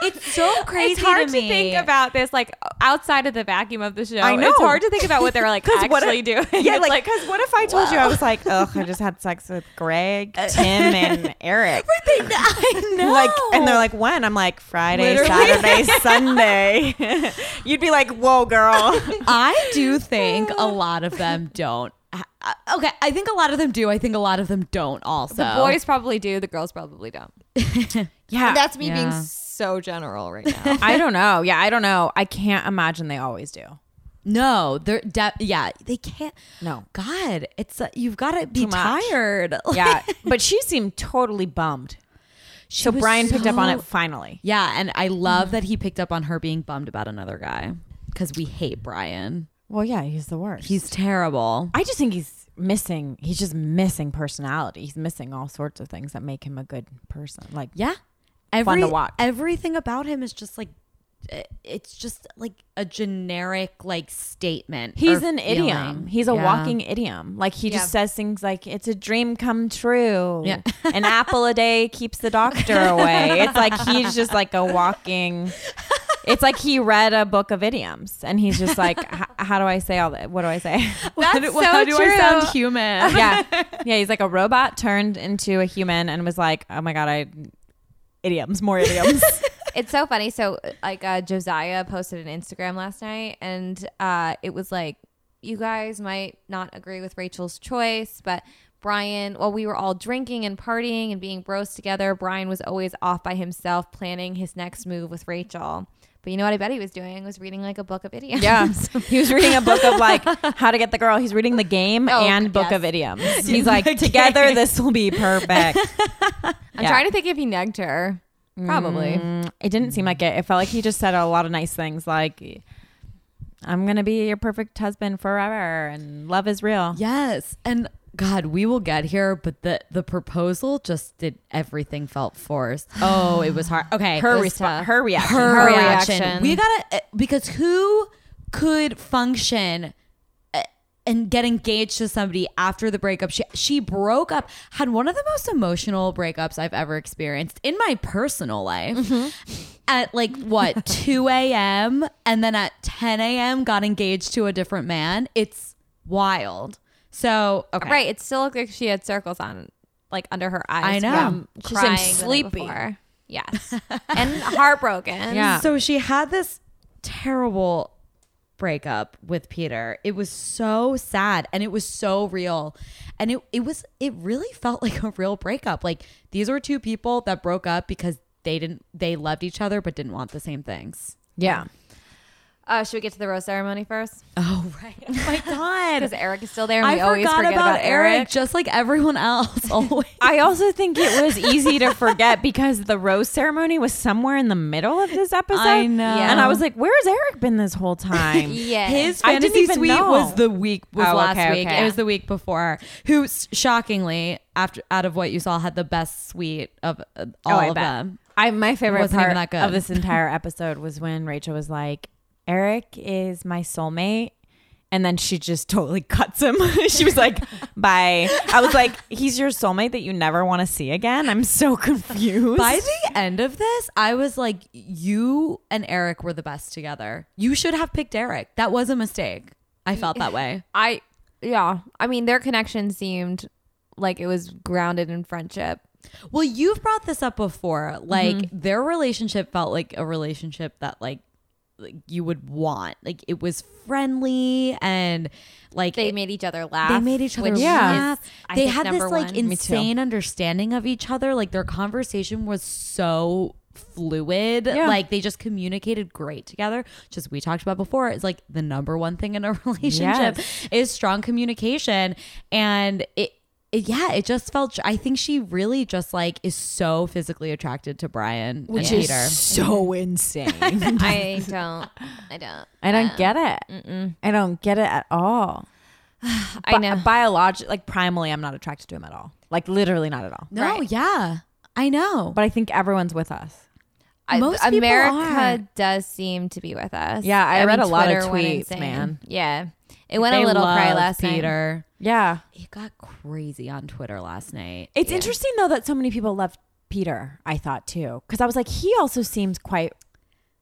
Speaker 1: It's so crazy
Speaker 2: It's hard to,
Speaker 1: me.
Speaker 2: think about this like
Speaker 3: uh,
Speaker 2: outside of the vacuum of the show.
Speaker 3: I know.
Speaker 2: It's hard to think about what they're like
Speaker 3: 'Cause
Speaker 2: actually
Speaker 3: what if-
Speaker 2: doing.
Speaker 3: yeah,
Speaker 2: It's
Speaker 3: like because what if I told you I was like, ugh, I just had sex with Greg, Tim, and Eric.
Speaker 1: I know.
Speaker 3: Like, and they're like, when? I'm like, Friday, Saturday, Sunday. You'd be like, whoa, girl.
Speaker 1: I do think a lot of them don't. I- I- Okay, I think a lot of them do. I think a lot of them don't. Also,
Speaker 2: the boys probably do, the girls probably don't.
Speaker 3: Yeah.
Speaker 2: That's me being
Speaker 1: Yeah.
Speaker 2: so general right now.
Speaker 3: I don't know. Yeah, I don't know. I can't imagine they always do.
Speaker 1: no, they're de- yeah, they can't.
Speaker 3: No.
Speaker 1: God, it's uh, you've got to be
Speaker 3: much.
Speaker 1: tired.
Speaker 3: Yeah, but she seemed totally bummed.
Speaker 1: She
Speaker 3: So
Speaker 1: was
Speaker 3: Brian picked up on
Speaker 1: so-
Speaker 3: it Mm-hmm. finally.
Speaker 1: Yeah, and I love that he picked up on her being bummed about another guy because we hate Brian.
Speaker 3: Well, yeah, he's the worst.
Speaker 1: He's terrible.
Speaker 3: I just think he's missing. He's just missing personality. He's missing all sorts of things that make him a good person. Like,
Speaker 1: Yeah.
Speaker 3: Fun to watch.
Speaker 1: Everything about him is just like uh, it's just like a generic like statement.
Speaker 3: he's
Speaker 1: or
Speaker 3: an
Speaker 1: feeling.
Speaker 3: idiom. He's a
Speaker 1: Yeah.
Speaker 3: walking idiom. Like he just
Speaker 2: Yeah.
Speaker 3: says things like, "It's a dream come true."
Speaker 1: Yeah.
Speaker 3: An apple a day keeps the doctor away. It's like he's just like a walking. It's like he read a book of idioms, and he's just like, "H- "How do I say all that? What do I say?"
Speaker 2: That's
Speaker 1: How do-
Speaker 2: so
Speaker 1: how do
Speaker 2: true.
Speaker 1: I sound human?
Speaker 3: yeah yeah he's like a robot turned into a human and was like oh my god i idioms more idioms
Speaker 2: it's so funny. So like uh, Josiah posted an Instagram last night, and uh, it was like, you guys might not agree with Rachel's choice, but Brian, while we were all drinking and partying and being bros together, Brian was always off by himself planning his next move with Rachel. But you know what? I bet he was doing was reading like a book of idioms.
Speaker 3: he was reading a book of like how to get the girl he's reading the game
Speaker 2: Oh,
Speaker 3: and book
Speaker 2: yes.
Speaker 3: of idioms he's like together this will be perfect
Speaker 2: I'm
Speaker 3: Yeah.
Speaker 2: trying to think if he negged her. Probably.
Speaker 3: Mm, it didn't seem like it it felt like he just said a lot of nice things like i'm gonna be your perfect husband forever and love is real
Speaker 1: Yes. And God, we will get here, but the the proposal just did everything felt forced. Oh, it was hard. Okay.
Speaker 3: her,
Speaker 1: it was
Speaker 3: resp- her reaction
Speaker 1: her,
Speaker 2: Her
Speaker 1: reaction.
Speaker 2: reaction.
Speaker 1: We gotta eh, because who could function uh, and get engaged to somebody after the breakup? She she broke up, had one of the most emotional breakups I've ever experienced in my personal life. At like what two a.m. and then at ten a.m. got engaged to a different man. It's wild. So okay,
Speaker 2: Right. It still looked like she had circles on, like under her eyes.
Speaker 1: I know.
Speaker 2: From
Speaker 3: She seemed
Speaker 2: crying
Speaker 3: sleepy.
Speaker 2: sleepy. Yes. and heartbroken.
Speaker 3: Yeah.
Speaker 1: So she had this terrible breakup with Peter. It was so sad and it was so real. And it it was it really felt like a real breakup. Like these were two people that broke up because they didn't they loved each other but didn't want the same things.
Speaker 3: yeah
Speaker 2: Uh, should we get to the rose ceremony first?
Speaker 1: Oh right. Oh my
Speaker 2: Because
Speaker 1: god.
Speaker 2: Eric is still there, and
Speaker 1: I
Speaker 2: we always
Speaker 1: forgot
Speaker 2: forget
Speaker 1: about, Eric,
Speaker 2: Eric.
Speaker 1: just like everyone else. Always.
Speaker 3: I also think it was easy to forget because the rose ceremony was somewhere in the middle of this episode.
Speaker 1: I know.
Speaker 3: And I was like, where's Eric been this whole time?
Speaker 2: Yeah.
Speaker 1: His
Speaker 3: Eh. I didn't
Speaker 1: fantasy
Speaker 3: even
Speaker 1: suite
Speaker 3: know.
Speaker 1: was the week was
Speaker 3: Oh,
Speaker 1: last
Speaker 3: okay,
Speaker 1: week.
Speaker 3: okay.
Speaker 1: It was the week before. Who s- shockingly, after out of what you saw, had the best suite of uh, all
Speaker 3: Oh, I
Speaker 1: of
Speaker 3: bet.
Speaker 1: them.
Speaker 3: I my favorite
Speaker 1: wasn't
Speaker 3: part
Speaker 1: even that good.
Speaker 3: of this entire episode was when Rachel was like, "Eric is my soulmate." And then she just totally cuts him. she was like, "Bye." I was like, "He's your soulmate that you never want to see again." I'm so confused.
Speaker 1: By the end of this, I was like, you and Eric were the best together. You should have picked Eric. That was a mistake. I felt that way.
Speaker 2: I yeah. I mean, their connection seemed like it was grounded in friendship.
Speaker 1: Well, you've brought this up before. Like their relationship felt like a relationship that like like you would want. Like it was friendly and like
Speaker 2: They
Speaker 1: it-
Speaker 2: made each other laugh.
Speaker 1: They made each other
Speaker 2: which
Speaker 1: laugh.
Speaker 2: is, I
Speaker 1: they
Speaker 2: think,
Speaker 1: had this
Speaker 2: number
Speaker 1: like
Speaker 2: one.
Speaker 1: insane understanding of each other. Like their conversation was so fluid.
Speaker 3: Yeah.
Speaker 1: Like they just communicated great together. Just we talked about before is like the number one thing in a relationship is strong communication. And it, it- yeah, it just felt. I think she really just like is so physically attracted to Brian,
Speaker 3: which
Speaker 1: and
Speaker 3: is
Speaker 1: Peter.
Speaker 3: so insane.
Speaker 2: I don't. I don't.
Speaker 3: I don't get it. I don't get it at all.
Speaker 2: I know.
Speaker 3: biologically, like primally, I'm not attracted to him at all. Like literally, not at all.
Speaker 1: No,
Speaker 2: Right.
Speaker 1: yeah, I know.
Speaker 3: But I think everyone's with us.
Speaker 2: I-
Speaker 1: Most people
Speaker 2: America
Speaker 1: are.
Speaker 2: does seem to be with us.
Speaker 3: Yeah, I read a lot of
Speaker 2: went
Speaker 3: tweets,
Speaker 2: insane.
Speaker 3: man.
Speaker 2: Yeah, it went
Speaker 1: They
Speaker 2: a little cry
Speaker 1: love
Speaker 2: last night.
Speaker 1: Peter.
Speaker 3: Yeah,
Speaker 1: It got crazy on Twitter last night.
Speaker 3: It's interesting though that so many people love Peter. I thought too, because I was like, he also seems quite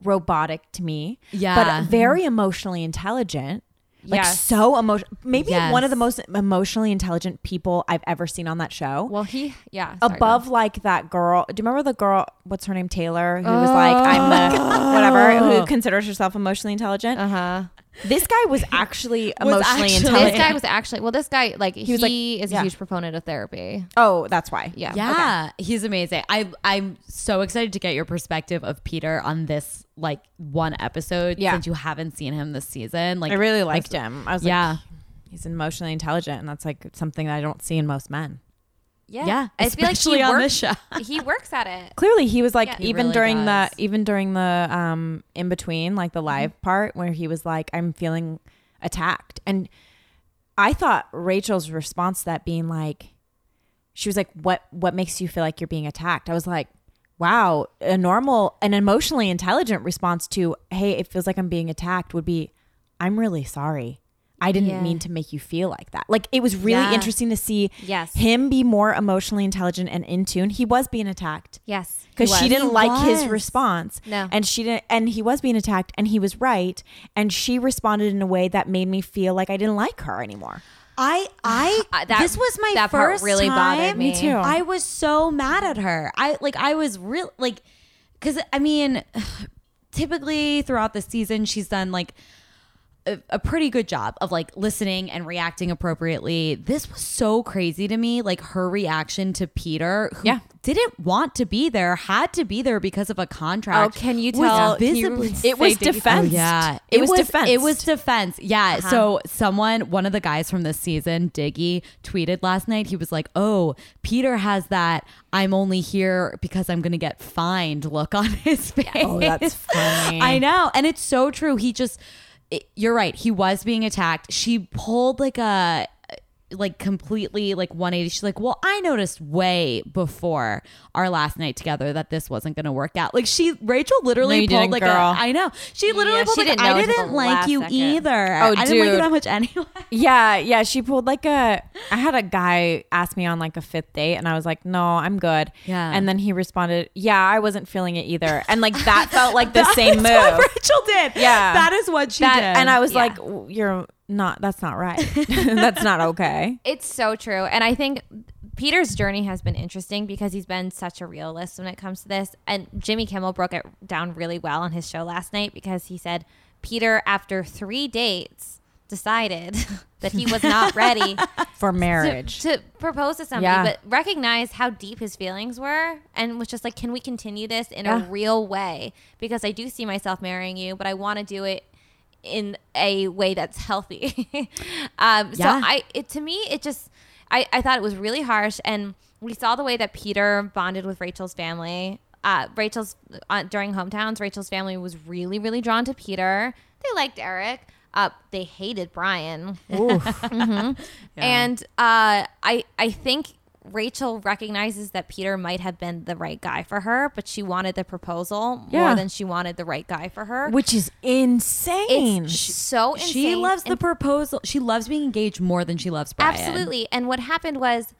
Speaker 3: robotic to me.
Speaker 2: uh,
Speaker 1: Yeah. Mm-hmm.
Speaker 3: but very emotionally intelligent. Like
Speaker 2: Yes.
Speaker 3: so emotional. Maybe
Speaker 1: Yes.
Speaker 3: one of the most emotionally intelligent people I've ever seen on that show.
Speaker 2: Well, he yeah sorry,
Speaker 3: Above like that girl. Do you remember the girl? What's her name? Taylor, who was like, I'm the whatever, who considers herself emotionally intelligent.
Speaker 2: Uh huh.
Speaker 3: This guy was actually emotionally
Speaker 1: actually-
Speaker 3: intelligent.
Speaker 2: This guy was actually well. This guy like he,
Speaker 3: was like-
Speaker 2: is
Speaker 3: yeah.
Speaker 2: a huge proponent of therapy.
Speaker 3: oh, that's why.
Speaker 2: Yeah.
Speaker 1: Yeah, he's amazing. I I'm so excited to get your perspective of Peter on this like one episode
Speaker 3: Yeah.
Speaker 1: since you haven't seen him this season. Like
Speaker 3: I really liked him. I was like,
Speaker 1: yeah.
Speaker 3: he's emotionally intelligent and that's like something that i don't see in most men
Speaker 2: Yeah.
Speaker 1: Yeah,
Speaker 2: I feel like
Speaker 1: especially
Speaker 2: he
Speaker 1: on
Speaker 2: works,
Speaker 1: this show.
Speaker 2: He works at it.
Speaker 3: clearly he was like
Speaker 2: Yeah. He
Speaker 3: even
Speaker 1: really
Speaker 3: during
Speaker 1: does.
Speaker 3: the even during the um in between like the live part where he was like i'm feeling attacked and i thought rachel's response to that being like she was like what what makes you feel like you're being attacked i was like wow a normal an emotionally intelligent response to hey it feels like i'm being attacked would be i'm really sorry i didn't
Speaker 2: Yeah.
Speaker 3: mean to make you feel like that like it was really
Speaker 1: Yeah.
Speaker 3: interesting to see
Speaker 2: Yes.
Speaker 3: him be more emotionally intelligent and in tune. He was being attacked
Speaker 2: Yes. he
Speaker 3: because she
Speaker 2: was.
Speaker 3: didn't
Speaker 1: He
Speaker 3: like his
Speaker 1: was.
Speaker 3: response.
Speaker 2: No.
Speaker 3: and she didn't, and he was being attacked, and he was right, and she responded in a way that made me feel like I didn't like her anymore.
Speaker 1: I I
Speaker 2: Uh, that-
Speaker 1: this was my
Speaker 2: that part
Speaker 1: first
Speaker 2: really bothered
Speaker 1: time-
Speaker 2: me. Me too.
Speaker 1: I was so mad at her. I like I was real like because I mean, typically throughout the season she's done like a, a pretty good job of like listening and reacting appropriately. This was so crazy to me, like her reaction to Peter, who
Speaker 3: Yeah.
Speaker 1: didn't want to be there, had to be there because of a
Speaker 2: Oh,
Speaker 1: contract.
Speaker 2: can you
Speaker 1: was
Speaker 2: tell? can you
Speaker 1: visibly
Speaker 2: say
Speaker 3: It was
Speaker 2: that you-
Speaker 3: defense.
Speaker 1: Oh, yeah,
Speaker 3: It was Uh-huh. defensed.
Speaker 1: It was defense. Yeah. So someone, one of the guys from this season, Diggy, tweeted last night. He was like, "Oh, Peter has that. I'm only here because I'm gonna get fined." Look on his face.
Speaker 3: Oh, that's funny.
Speaker 1: I know, and it's so true. He just, it- you're right. He was being attacked. She pulled like a. Like completely, like 180. She's like, Well, I noticed way before our last night together that this wasn't going to work out. Like, she, Rachel literally
Speaker 3: No, you
Speaker 1: pulled
Speaker 3: didn't,
Speaker 1: like
Speaker 3: girl.
Speaker 1: a, I know. She literally
Speaker 2: Yeah,
Speaker 1: pulled
Speaker 2: she
Speaker 1: like,
Speaker 2: didn't know
Speaker 1: I
Speaker 2: until
Speaker 1: didn't
Speaker 2: the
Speaker 1: like
Speaker 2: last
Speaker 1: you
Speaker 2: second.
Speaker 1: either.
Speaker 3: Oh,
Speaker 1: I didn't like you
Speaker 3: dude.
Speaker 1: that much anyway.
Speaker 3: Yeah, yeah. She pulled like a. I had a guy ask me on like a fifth date, and I was like, "No, I'm good."
Speaker 1: Yeah.
Speaker 3: and then he responded, "Yeah, I wasn't feeling it either," and like that felt like the same move.
Speaker 1: That's what Rachel did.
Speaker 3: Yeah.
Speaker 1: That is what she did.
Speaker 3: and I was
Speaker 2: Yeah.
Speaker 3: like, "W- "You're not. That's not right. that's not okay."
Speaker 2: It's so true. And I think Peter's journey has been interesting because he's been such a realist when it comes to this. And Jimmy Kimmel broke it down really well on his show last night because he said Peter, after three dates, decided that he was not ready
Speaker 3: For
Speaker 2: to,
Speaker 3: marriage,
Speaker 2: to propose to somebody,
Speaker 3: Yeah.
Speaker 2: but recognized how deep his feelings were and was just like, can we continue this in
Speaker 3: Yeah.
Speaker 2: a real way? Because I do see myself marrying you, but I want to do it in a way that's healthy. um,
Speaker 1: Yeah.
Speaker 2: So I, it, to me, it just, I, I thought it was really harsh, and we saw the way that Peter bonded with Rachel's family. Uh, Rachel's uh, during hometowns, Rachel's family was really, really drawn to Peter. They liked Eric. Uh, they hated Brian. Mm-hmm. And uh, I I think Rachel recognizes that Peter might have been the right guy for her, but she wanted the proposal
Speaker 3: Yeah.
Speaker 2: more than she wanted the right guy for her.
Speaker 3: which is insane.
Speaker 2: it's so insane.
Speaker 1: She loves the
Speaker 2: and-
Speaker 1: proposal. She loves being engaged more than she loves Brian.
Speaker 2: absolutely. And what happened was,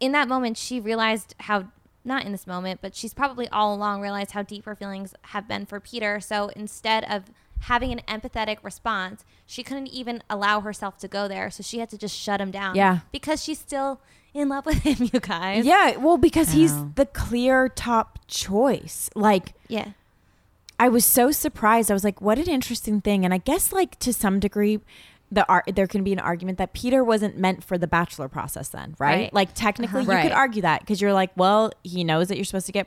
Speaker 2: in that moment, she realized how not in this moment, but she's probably all along realized how deep her feelings have been for Peter. So instead of having an empathetic response, she couldn't even allow herself to go there. So she had to just shut him down.
Speaker 3: Yeah.
Speaker 2: because she's still in love with him. You guys.
Speaker 3: yeah, well, because he's
Speaker 1: Wow.
Speaker 3: the clear top choice. Like,
Speaker 2: Yeah.
Speaker 3: I was so surprised. I was like, what an interesting thing. And I guess like to some degree the ar- there can be an argument that Peter wasn't meant for the bachelor process then, right?
Speaker 2: Right.
Speaker 3: Like technically you
Speaker 1: Right.
Speaker 3: could argue that cuz you're like, well, he knows that you're supposed to get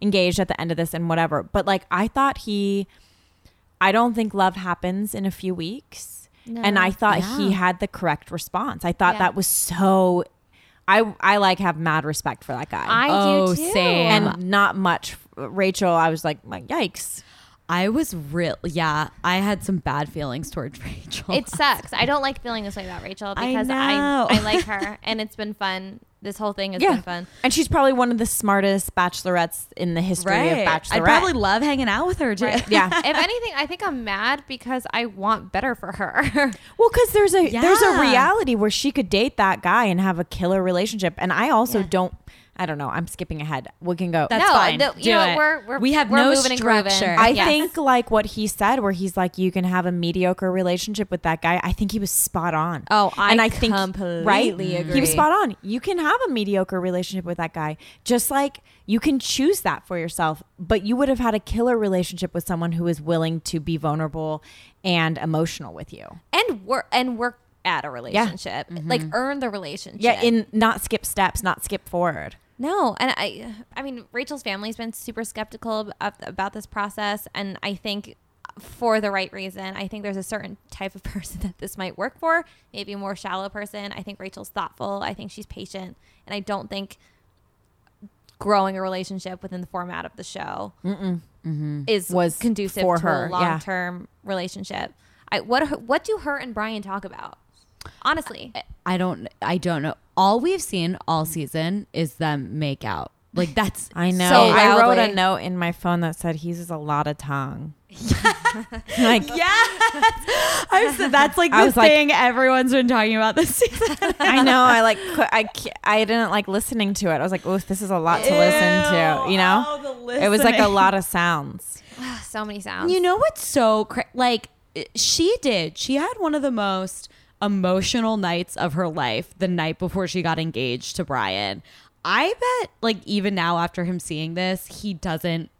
Speaker 3: engaged at the end of this and whatever. But like I thought he I don't think love happens in a few weeks. And
Speaker 2: No.
Speaker 3: I thought he
Speaker 1: Yeah.
Speaker 3: had the correct response. I thought
Speaker 2: Yeah.
Speaker 3: that was so I I like have mad respect for that guy.
Speaker 2: I
Speaker 1: Oh,
Speaker 2: do too.
Speaker 1: same.
Speaker 3: and not much Rachel, I was like, like yikes.
Speaker 1: I was real. Yeah, I had some bad feelings towards Rachel.
Speaker 2: It sucks. I don't like feeling this way about Rachel
Speaker 1: Oh, I
Speaker 2: because
Speaker 1: know.
Speaker 2: I, I, like her and it's been fun. This whole thing has been fun.
Speaker 3: And she's probably one of the smartest bachelorettes in the history of Bachelorette.
Speaker 1: I'd probably love hanging out with her too.
Speaker 2: Right.
Speaker 3: yeah.
Speaker 2: if anything, I think I'm mad because I want better for her.
Speaker 3: Well, because there's a there's a
Speaker 1: Yeah.
Speaker 3: reality where she could date that guy and have a killer relationship. And I also
Speaker 2: Yeah.
Speaker 3: don't. I don't know. I'm skipping ahead. We can go.
Speaker 1: That's
Speaker 2: no,
Speaker 1: fine.
Speaker 2: no, you
Speaker 1: Do
Speaker 2: know,
Speaker 1: it.
Speaker 2: we're- we're-
Speaker 1: we have
Speaker 2: we're
Speaker 1: no
Speaker 2: moving and grooving.
Speaker 1: structure.
Speaker 3: I
Speaker 2: Yes.
Speaker 3: think like what he said, where he's like, you can have a mediocre relationship with that guy. I think he was spot on.
Speaker 2: Oh, I
Speaker 3: and I think right,
Speaker 2: completely
Speaker 3: he
Speaker 2: agree.
Speaker 3: was spot on. You can have a mediocre relationship with that guy, just like you can choose that for yourself. But you would have had a killer relationship with someone who is willing to be vulnerable and emotional with you.
Speaker 2: and work and work at a relationship. Like earn the relationship.
Speaker 3: Yeah, in not skip steps, not skip forward.
Speaker 2: No, and I I mean Rachel's family's been super skeptical ab- about this process and I think for the right reason. I think there's a certain type of person that this might work for, maybe a more shallow person. I think Rachel's thoughtful, I think she's patient, and I don't think growing a relationship within the format of the show is
Speaker 3: Was
Speaker 2: was conducive
Speaker 3: for
Speaker 2: to
Speaker 3: her,
Speaker 2: a
Speaker 3: yeah.
Speaker 2: long-term relationship. I what what do her and Brian talk about? Honestly.
Speaker 1: I don't I don't know. All we've seen all season is them make out. Like that's
Speaker 3: I know.
Speaker 1: So
Speaker 3: I wrote a
Speaker 2: loudly.
Speaker 3: note in my phone that said he uses a lot of tongue. like
Speaker 1: I'm so- that's like
Speaker 3: I
Speaker 1: the
Speaker 3: was like-
Speaker 1: thing everyone's been talking about this season.
Speaker 3: I know. I like. cou- I ca- I didn't like listening to it. I was like, oof, this is a lot to listen to. You know,
Speaker 1: Oh,
Speaker 3: it was like a lot of sounds.
Speaker 2: so many sounds.
Speaker 1: You know what's so cra- like it- she did. She had one of the most emotional nights of her life the night before she got engaged to Brian. I bet like even now after him seeing this, he doesn't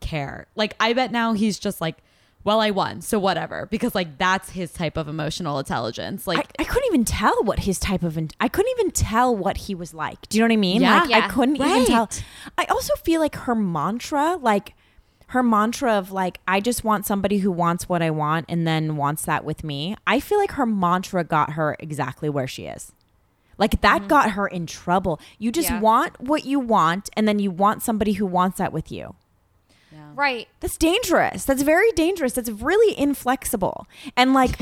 Speaker 1: care. Like I bet now he's just like well, I won, so whatever. Because like that's his type of emotional intelligence.
Speaker 3: I,
Speaker 1: Like
Speaker 3: I couldn't even tell what his type of. In- I couldn't even tell what he was like. Do you know what I mean?
Speaker 1: Yeah.
Speaker 3: Like, I
Speaker 2: Yeah.
Speaker 3: couldn't even tell.
Speaker 1: Right.
Speaker 3: I also feel like her mantra, like her mantra of like, I just want somebody who wants what I want and then wants that with me. I feel like her mantra got her exactly where she is. Like
Speaker 1: Mm-hmm.
Speaker 3: that got her in trouble. You just
Speaker 2: Yeah.
Speaker 3: want what you want, and then you want somebody who wants that with you.
Speaker 2: right.
Speaker 3: That's dangerous. That's very dangerous. That's really inflexible and like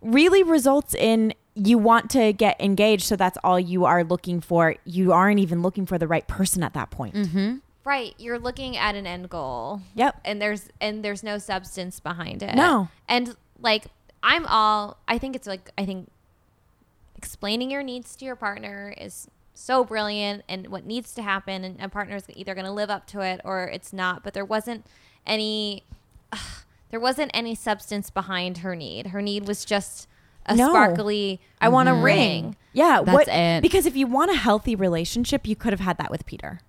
Speaker 3: really results in you want to get engaged. So that's all you are looking for. You aren't even looking for the right person at that point.
Speaker 1: Mm-hmm.
Speaker 2: Right, you're looking at an end goal.
Speaker 3: Yep.
Speaker 2: And there's and there's no substance behind it.
Speaker 3: No.
Speaker 2: And like I'm all I think it's like I think explaining your needs to your partner is so brilliant and what needs to happen and a partner's either going to live up to it or it's not, but there wasn't any there wasn't any substance behind her need. Her need was just a
Speaker 3: No. Mm-hmm.
Speaker 2: sparkly
Speaker 3: I want a
Speaker 2: Mhm.
Speaker 3: ring. Yeah.
Speaker 1: That's
Speaker 3: what,
Speaker 1: it.
Speaker 3: Because if you want a healthy relationship, you could have had that with Peter.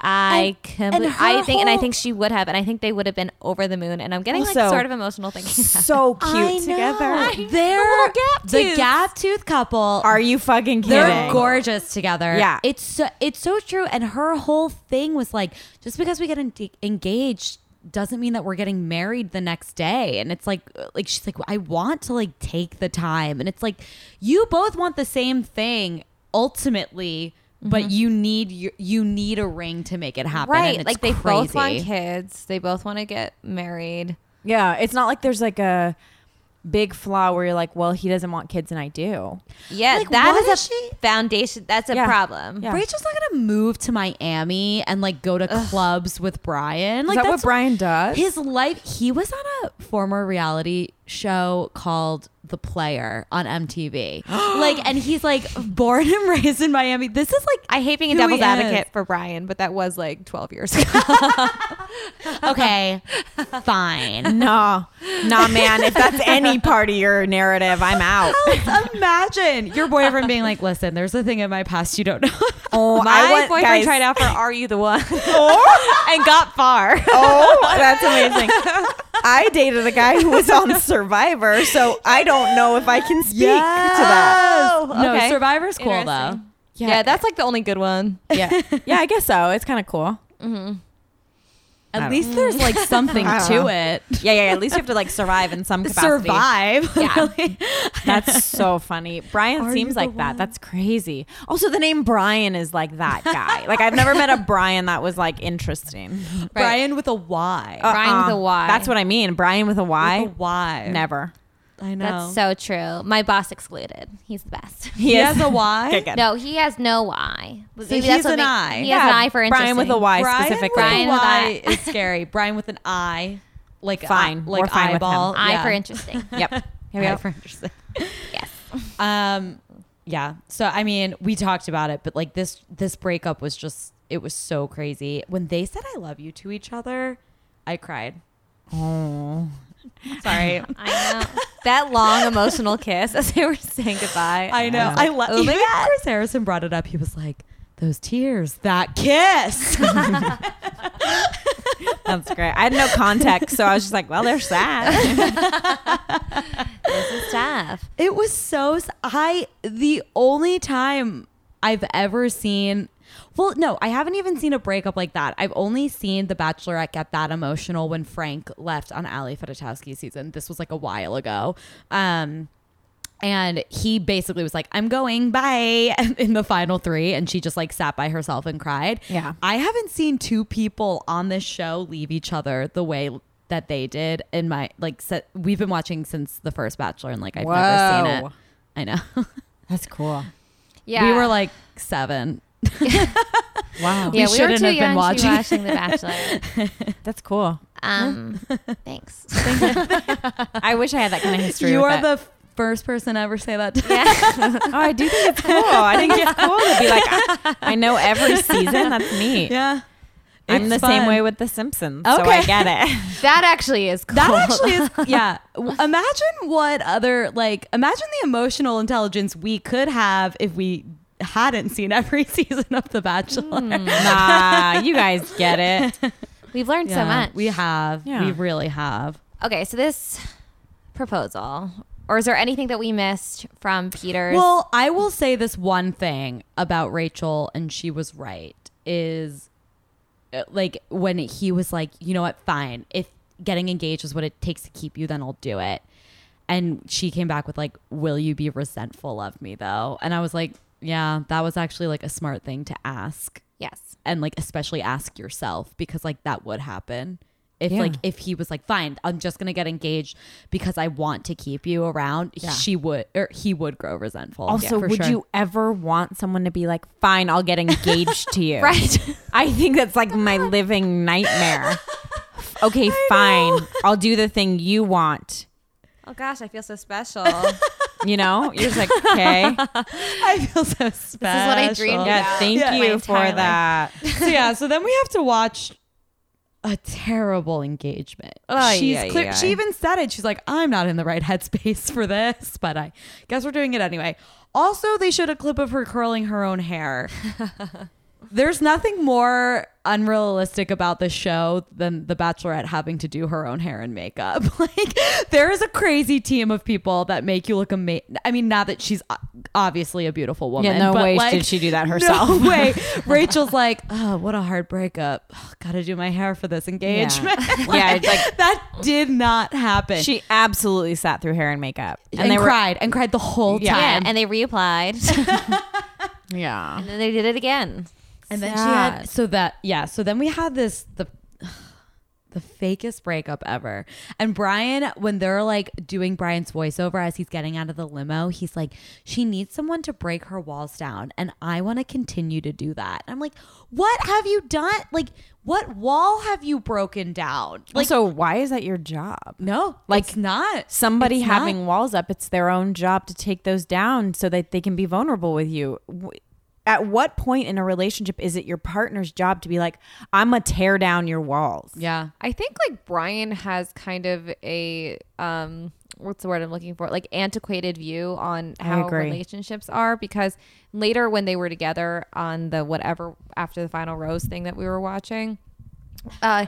Speaker 2: I
Speaker 3: And-
Speaker 2: completely,
Speaker 3: and her
Speaker 2: I think, and I
Speaker 3: whole-
Speaker 2: think she would have, and I think they would have been over the moon. And I'm getting
Speaker 3: Also-
Speaker 2: like sort of emotional thinking. about it.
Speaker 3: So cute together.
Speaker 1: They're
Speaker 2: little gap
Speaker 1: the
Speaker 2: tooth.
Speaker 1: gap tooth couple
Speaker 3: Are you fucking kidding?
Speaker 1: They're gorgeous together.
Speaker 3: Yeah.
Speaker 1: it's so, it's so true. And her whole thing was like, just because we get en- engaged doesn't mean that we're getting married the next day and it's like like she's like I want to like take the time and it's like you both want the same thing ultimately but you need your, you need a ring to make it happen and
Speaker 2: Mm-hmm. right.
Speaker 1: it's
Speaker 2: Like they
Speaker 1: crazy.
Speaker 2: both want kids. They both want to get married.
Speaker 3: Yeah, it's not like there's like a big flaw where you're like, well, he doesn't want kids and I do.
Speaker 2: Yeah,
Speaker 1: Like,
Speaker 2: that
Speaker 1: why
Speaker 2: is a
Speaker 1: does she-
Speaker 2: foundation. That's a
Speaker 3: Yeah.
Speaker 2: problem.
Speaker 3: Yeah.
Speaker 1: Rachel's not gonna move to Miami and like go to clubs with Brian. Like
Speaker 3: that what
Speaker 1: that's-
Speaker 3: Brian does?
Speaker 1: His life. He was on a former reality show called The Player on MTV. like, and he's like born and raised in Miami. This is like
Speaker 2: I hate being a
Speaker 1: who
Speaker 2: devil's
Speaker 1: he is.
Speaker 2: advocate for Brian, but that was like 12 years ago.
Speaker 1: Okay, fine.
Speaker 3: No, nah, man. If that's any part of your narrative, I'm out.
Speaker 1: Imagine your boyfriend being like, "Listen, there's a thing in my past you don't know."
Speaker 3: Oh,
Speaker 2: My
Speaker 3: I want,
Speaker 2: boyfriend
Speaker 3: guys-
Speaker 2: tried out for Are You the One and got far.
Speaker 3: Oh, that's amazing. I dated a guy who was on Survivor, so I don't know if I can speak to that.
Speaker 1: No,
Speaker 2: okay.
Speaker 1: Survivor's cool though.
Speaker 2: Interesting. Yeah. that's like the only good one.
Speaker 3: yeah, yeah. I guess so. It's kind of cool. I
Speaker 1: At
Speaker 3: don't-
Speaker 1: least there's like something
Speaker 3: I don't
Speaker 1: to
Speaker 3: know.
Speaker 1: it.
Speaker 3: Yeah, yeah. At least you have to like survive in some capacity.
Speaker 1: Survive.
Speaker 2: Yeah.
Speaker 3: That's so funny. Brian
Speaker 1: Are you
Speaker 3: seems
Speaker 1: the
Speaker 3: like
Speaker 1: one?
Speaker 3: that. That's crazy. Also, the name Brian is like that guy. like I've never met a Brian that was like interesting. Uh-uh.
Speaker 1: Brian with a Y.
Speaker 2: Brian with a Y.
Speaker 3: That's what I mean. Brian with a Y.
Speaker 1: With a Oh, Y.
Speaker 3: Never.
Speaker 1: I know.
Speaker 2: That's so true. My boss excluded. He's the best.
Speaker 1: He, has a Y.
Speaker 3: Okay, good.
Speaker 2: No, he has no Y. So
Speaker 1: he's an I.
Speaker 2: He has an I for interesting.
Speaker 3: Brian with a Y
Speaker 1: Brian
Speaker 3: specifically.
Speaker 2: Brian
Speaker 1: with
Speaker 2: with
Speaker 1: a Y
Speaker 2: I.
Speaker 1: is scary. Brian with an eye, like
Speaker 3: Fine.
Speaker 1: eye-
Speaker 3: We're
Speaker 1: like
Speaker 3: fine with
Speaker 1: eyeball.
Speaker 3: him.
Speaker 2: Eye
Speaker 1: Yeah.
Speaker 2: for interesting.
Speaker 3: Yep. Here we
Speaker 1: Eye
Speaker 3: go.
Speaker 1: for interesting.
Speaker 2: yes.
Speaker 1: Um, yeah. So I mean, we talked about it, but like this this breakup was just it was so crazy. When they said "I love you" to each other, I cried.
Speaker 3: Oh.
Speaker 1: Sorry.
Speaker 2: I know. That long emotional kiss as they were saying goodbye.
Speaker 1: I know.
Speaker 3: know.
Speaker 1: I love.
Speaker 2: Oh my
Speaker 1: even
Speaker 2: God.
Speaker 1: Chris Harrison brought it up. He was like, "Those tears, that kiss."
Speaker 3: That's great. I had no context, so I was just like, well, they're sad.
Speaker 2: This is tough.
Speaker 1: It was so s- I the only time I've ever seen well, no, I haven't even seen a breakup like that. I've only seen The Bachelorette get that emotional when Frank left on Ali Fedotowsky's season. This was like a while ago. Um and he basically was like, I'm going, bye, in the final three. And she just like sat by herself and cried.
Speaker 3: Yeah.
Speaker 1: I haven't seen two people on this show leave each other the way that they did in my, like, se- we've been watching since the first Bachelor and like I've never seen
Speaker 3: Whoa.
Speaker 1: it. I know.
Speaker 3: That's cool.
Speaker 2: Yeah.
Speaker 1: We were like seven.
Speaker 3: Wow.
Speaker 1: we shouldn't have been
Speaker 2: young to be
Speaker 1: watching.
Speaker 2: The Bachelor.
Speaker 3: That's cool.
Speaker 2: Um, thanks.
Speaker 3: I wish I had that kind of history.
Speaker 1: You
Speaker 3: with
Speaker 1: are
Speaker 3: it.
Speaker 1: the f- first person to ever say that. To
Speaker 3: Oh, I do think it's cool. I think it's cool to be like, I, I know every season. That's neat.
Speaker 1: yeah.
Speaker 3: I'm
Speaker 1: It's
Speaker 3: the
Speaker 1: fun.
Speaker 3: same way with The Simpsons. So
Speaker 1: Okay.
Speaker 3: I get it.
Speaker 2: That actually is cool.
Speaker 1: That actually is yeah. W- Imagine what other like imagine the emotional intelligence we could have if we hadn't seen every season of The Bachelor.
Speaker 2: Mm,
Speaker 3: nah, you guys get it.
Speaker 2: We've learned so
Speaker 1: Yeah,
Speaker 2: much.
Speaker 1: We have.
Speaker 3: Yeah.
Speaker 1: We really have.
Speaker 2: Okay, so this proposal, or is there anything that we missed from Peter's?
Speaker 1: Well, I will say this one thing about Rachel, and she was right, is uh, like when he was like, you know what, fine. If getting engaged is what it takes to keep you, then I'll do it. And she came back with like, will you be resentful of me though? And I was like, yeah, that was actually like a smart thing to ask.
Speaker 2: yes.
Speaker 1: And like, especially ask yourself because like that would happen. If
Speaker 3: Yeah.
Speaker 1: like if he was like fine, I'm just gonna get engaged because I want to keep you around. She would or he would grow resentful.
Speaker 3: Also,
Speaker 1: for
Speaker 3: would
Speaker 1: sure.
Speaker 3: you ever want someone to be like, fine, I'll get engaged to you?
Speaker 2: Right.
Speaker 3: I think that's like my living nightmare. Okay, fine. I'll do the thing you want.
Speaker 2: Oh gosh, I feel so special.
Speaker 3: You know, you're just like, okay.
Speaker 1: I feel so special. This is what
Speaker 2: I dreamed
Speaker 3: Yeah,
Speaker 2: Yeah.
Speaker 3: thank
Speaker 2: Yeah. My
Speaker 3: you
Speaker 2: entire
Speaker 3: for
Speaker 2: life.
Speaker 3: that.
Speaker 1: so yeah, so then we have to watch a terrible engagement.
Speaker 3: Ay,
Speaker 1: She's
Speaker 3: ay,
Speaker 1: clear,
Speaker 3: ay.
Speaker 1: she even said it. She's like, I'm not in the right headspace for this, but I guess we're doing it anyway. Also, they showed a clip of her curling her own hair. There's nothing more unrealistic about the show than the bachelorette having to do her own hair and makeup. Like there is a crazy team of people that make you look amazing. I mean, not that she's o- obviously a beautiful woman.
Speaker 3: no
Speaker 1: but
Speaker 3: way
Speaker 1: like,
Speaker 3: did she do that herself.
Speaker 1: No way. Rachel's like, oh, what a hard breakup. Oh, gotta do my hair for this engagement.
Speaker 3: yeah, it's like
Speaker 1: that did not happen.
Speaker 3: she absolutely sat through hair and makeup,
Speaker 1: and,
Speaker 3: they
Speaker 1: cried and cried the whole
Speaker 3: Yeah.
Speaker 1: time.
Speaker 2: Yeah, and they reapplied,
Speaker 3: were yeah.
Speaker 2: and then they did it again.
Speaker 1: And then she had so that yeah, so then we had this the the fakest breakup ever. And Brian, when they're like doing Brian's voiceover as he's getting out of the limo, he's like, She needs someone to break her walls down, and I want to continue to do that. I'm like, What have you done? Like, what wall have you broken down? Like,
Speaker 3: also, why is that your job?
Speaker 1: no, like, it's not.
Speaker 3: Somebody
Speaker 1: It's not.
Speaker 3: having walls up, it's their own job to take those down so that they can be vulnerable with you. W- At what point in a relationship is it your partner's job to be like, I'm going to tear down your walls?
Speaker 1: Yeah.
Speaker 4: I think like Brian has kind of a um what's the word I'm looking for? Like antiquated view on how
Speaker 3: agree.
Speaker 4: relationships are because later when they were together on the whatever after the final rose thing that we were watching, uh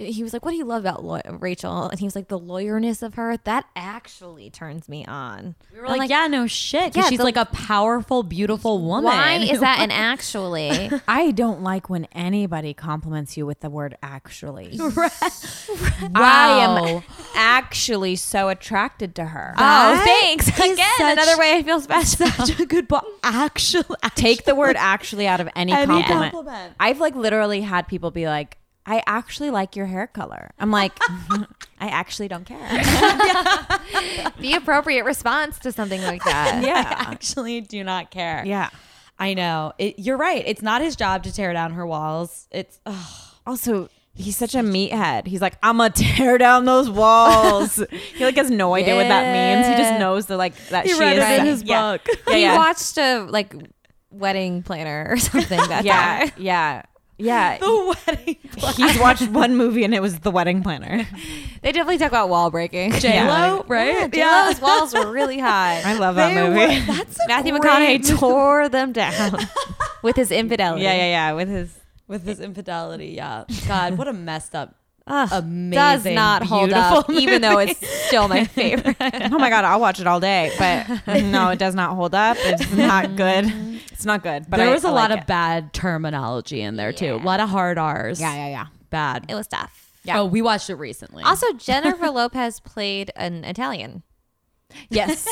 Speaker 4: he was like, "What do you love about Lo- Rachel?" And he was like, "The lawyerness of her that actually turns me on."
Speaker 1: We were like, yeah, no shit. 'cause
Speaker 2: Yeah,
Speaker 1: she's
Speaker 2: the-
Speaker 1: like a powerful, beautiful woman.
Speaker 2: Why is that an actually?
Speaker 3: I don't like when anybody compliments you with the word actually. I am actually so attracted to her. Uh,
Speaker 4: Oh,
Speaker 1: That
Speaker 2: thanks.
Speaker 1: is
Speaker 2: Again,
Speaker 1: such-
Speaker 2: another way I feel special.
Speaker 1: such a good bo- actual,
Speaker 3: Take the word actually out of any,
Speaker 1: Any
Speaker 3: compliment.
Speaker 1: compliment.
Speaker 3: I've like literally had people be like, I actually like your hair color. I'm like, I actually don't care.
Speaker 2: the appropriate response to something like that.
Speaker 1: I actually do not care.
Speaker 3: Yeah.
Speaker 1: I know. It, you're right. It's not his job to tear down her walls. It's ugh.
Speaker 3: Also, he's such a meathead. He's like, I'm gonna tear down those walls. he like has no idea what that means. He just
Speaker 1: Yeah.
Speaker 3: knows that like that
Speaker 1: He
Speaker 3: she
Speaker 1: read
Speaker 3: is
Speaker 1: it in his
Speaker 3: yeah.
Speaker 1: book.
Speaker 3: Yeah,
Speaker 2: he
Speaker 3: yeah.
Speaker 2: watched a like wedding planner or something that yeah.
Speaker 3: yeah, yeah, yeah.
Speaker 1: the wedding.
Speaker 3: He's watched one movie and it was The Wedding Planner.
Speaker 2: They definitely talk about wall breaking.
Speaker 1: J Lo, right?
Speaker 2: Yeah, those walls were really high.
Speaker 3: I love that movie.
Speaker 1: That's a
Speaker 2: Matthew
Speaker 1: great-
Speaker 2: McConaughey tore them down with his infidelity.
Speaker 3: yeah, yeah, yeah. With his
Speaker 1: with his infidelity. Yeah. God, what a messed up.
Speaker 2: Ugh,
Speaker 1: Amazing,
Speaker 2: does not hold up,
Speaker 1: beautiful
Speaker 2: even though it's still my favorite.
Speaker 3: oh my god, I'll watch it all day. But no, it does not hold up. It's not good. It's not good. But
Speaker 1: there
Speaker 3: I-
Speaker 1: was a
Speaker 3: I
Speaker 1: lot
Speaker 3: like
Speaker 1: of
Speaker 3: it.
Speaker 1: bad terminology in there too. A lot of hard R's.
Speaker 3: Yeah, yeah, yeah.
Speaker 1: Bad.
Speaker 2: it was tough.
Speaker 1: Oh, we watched it recently.
Speaker 2: Also, Jennifer Lopez played an Italian.
Speaker 3: Yes.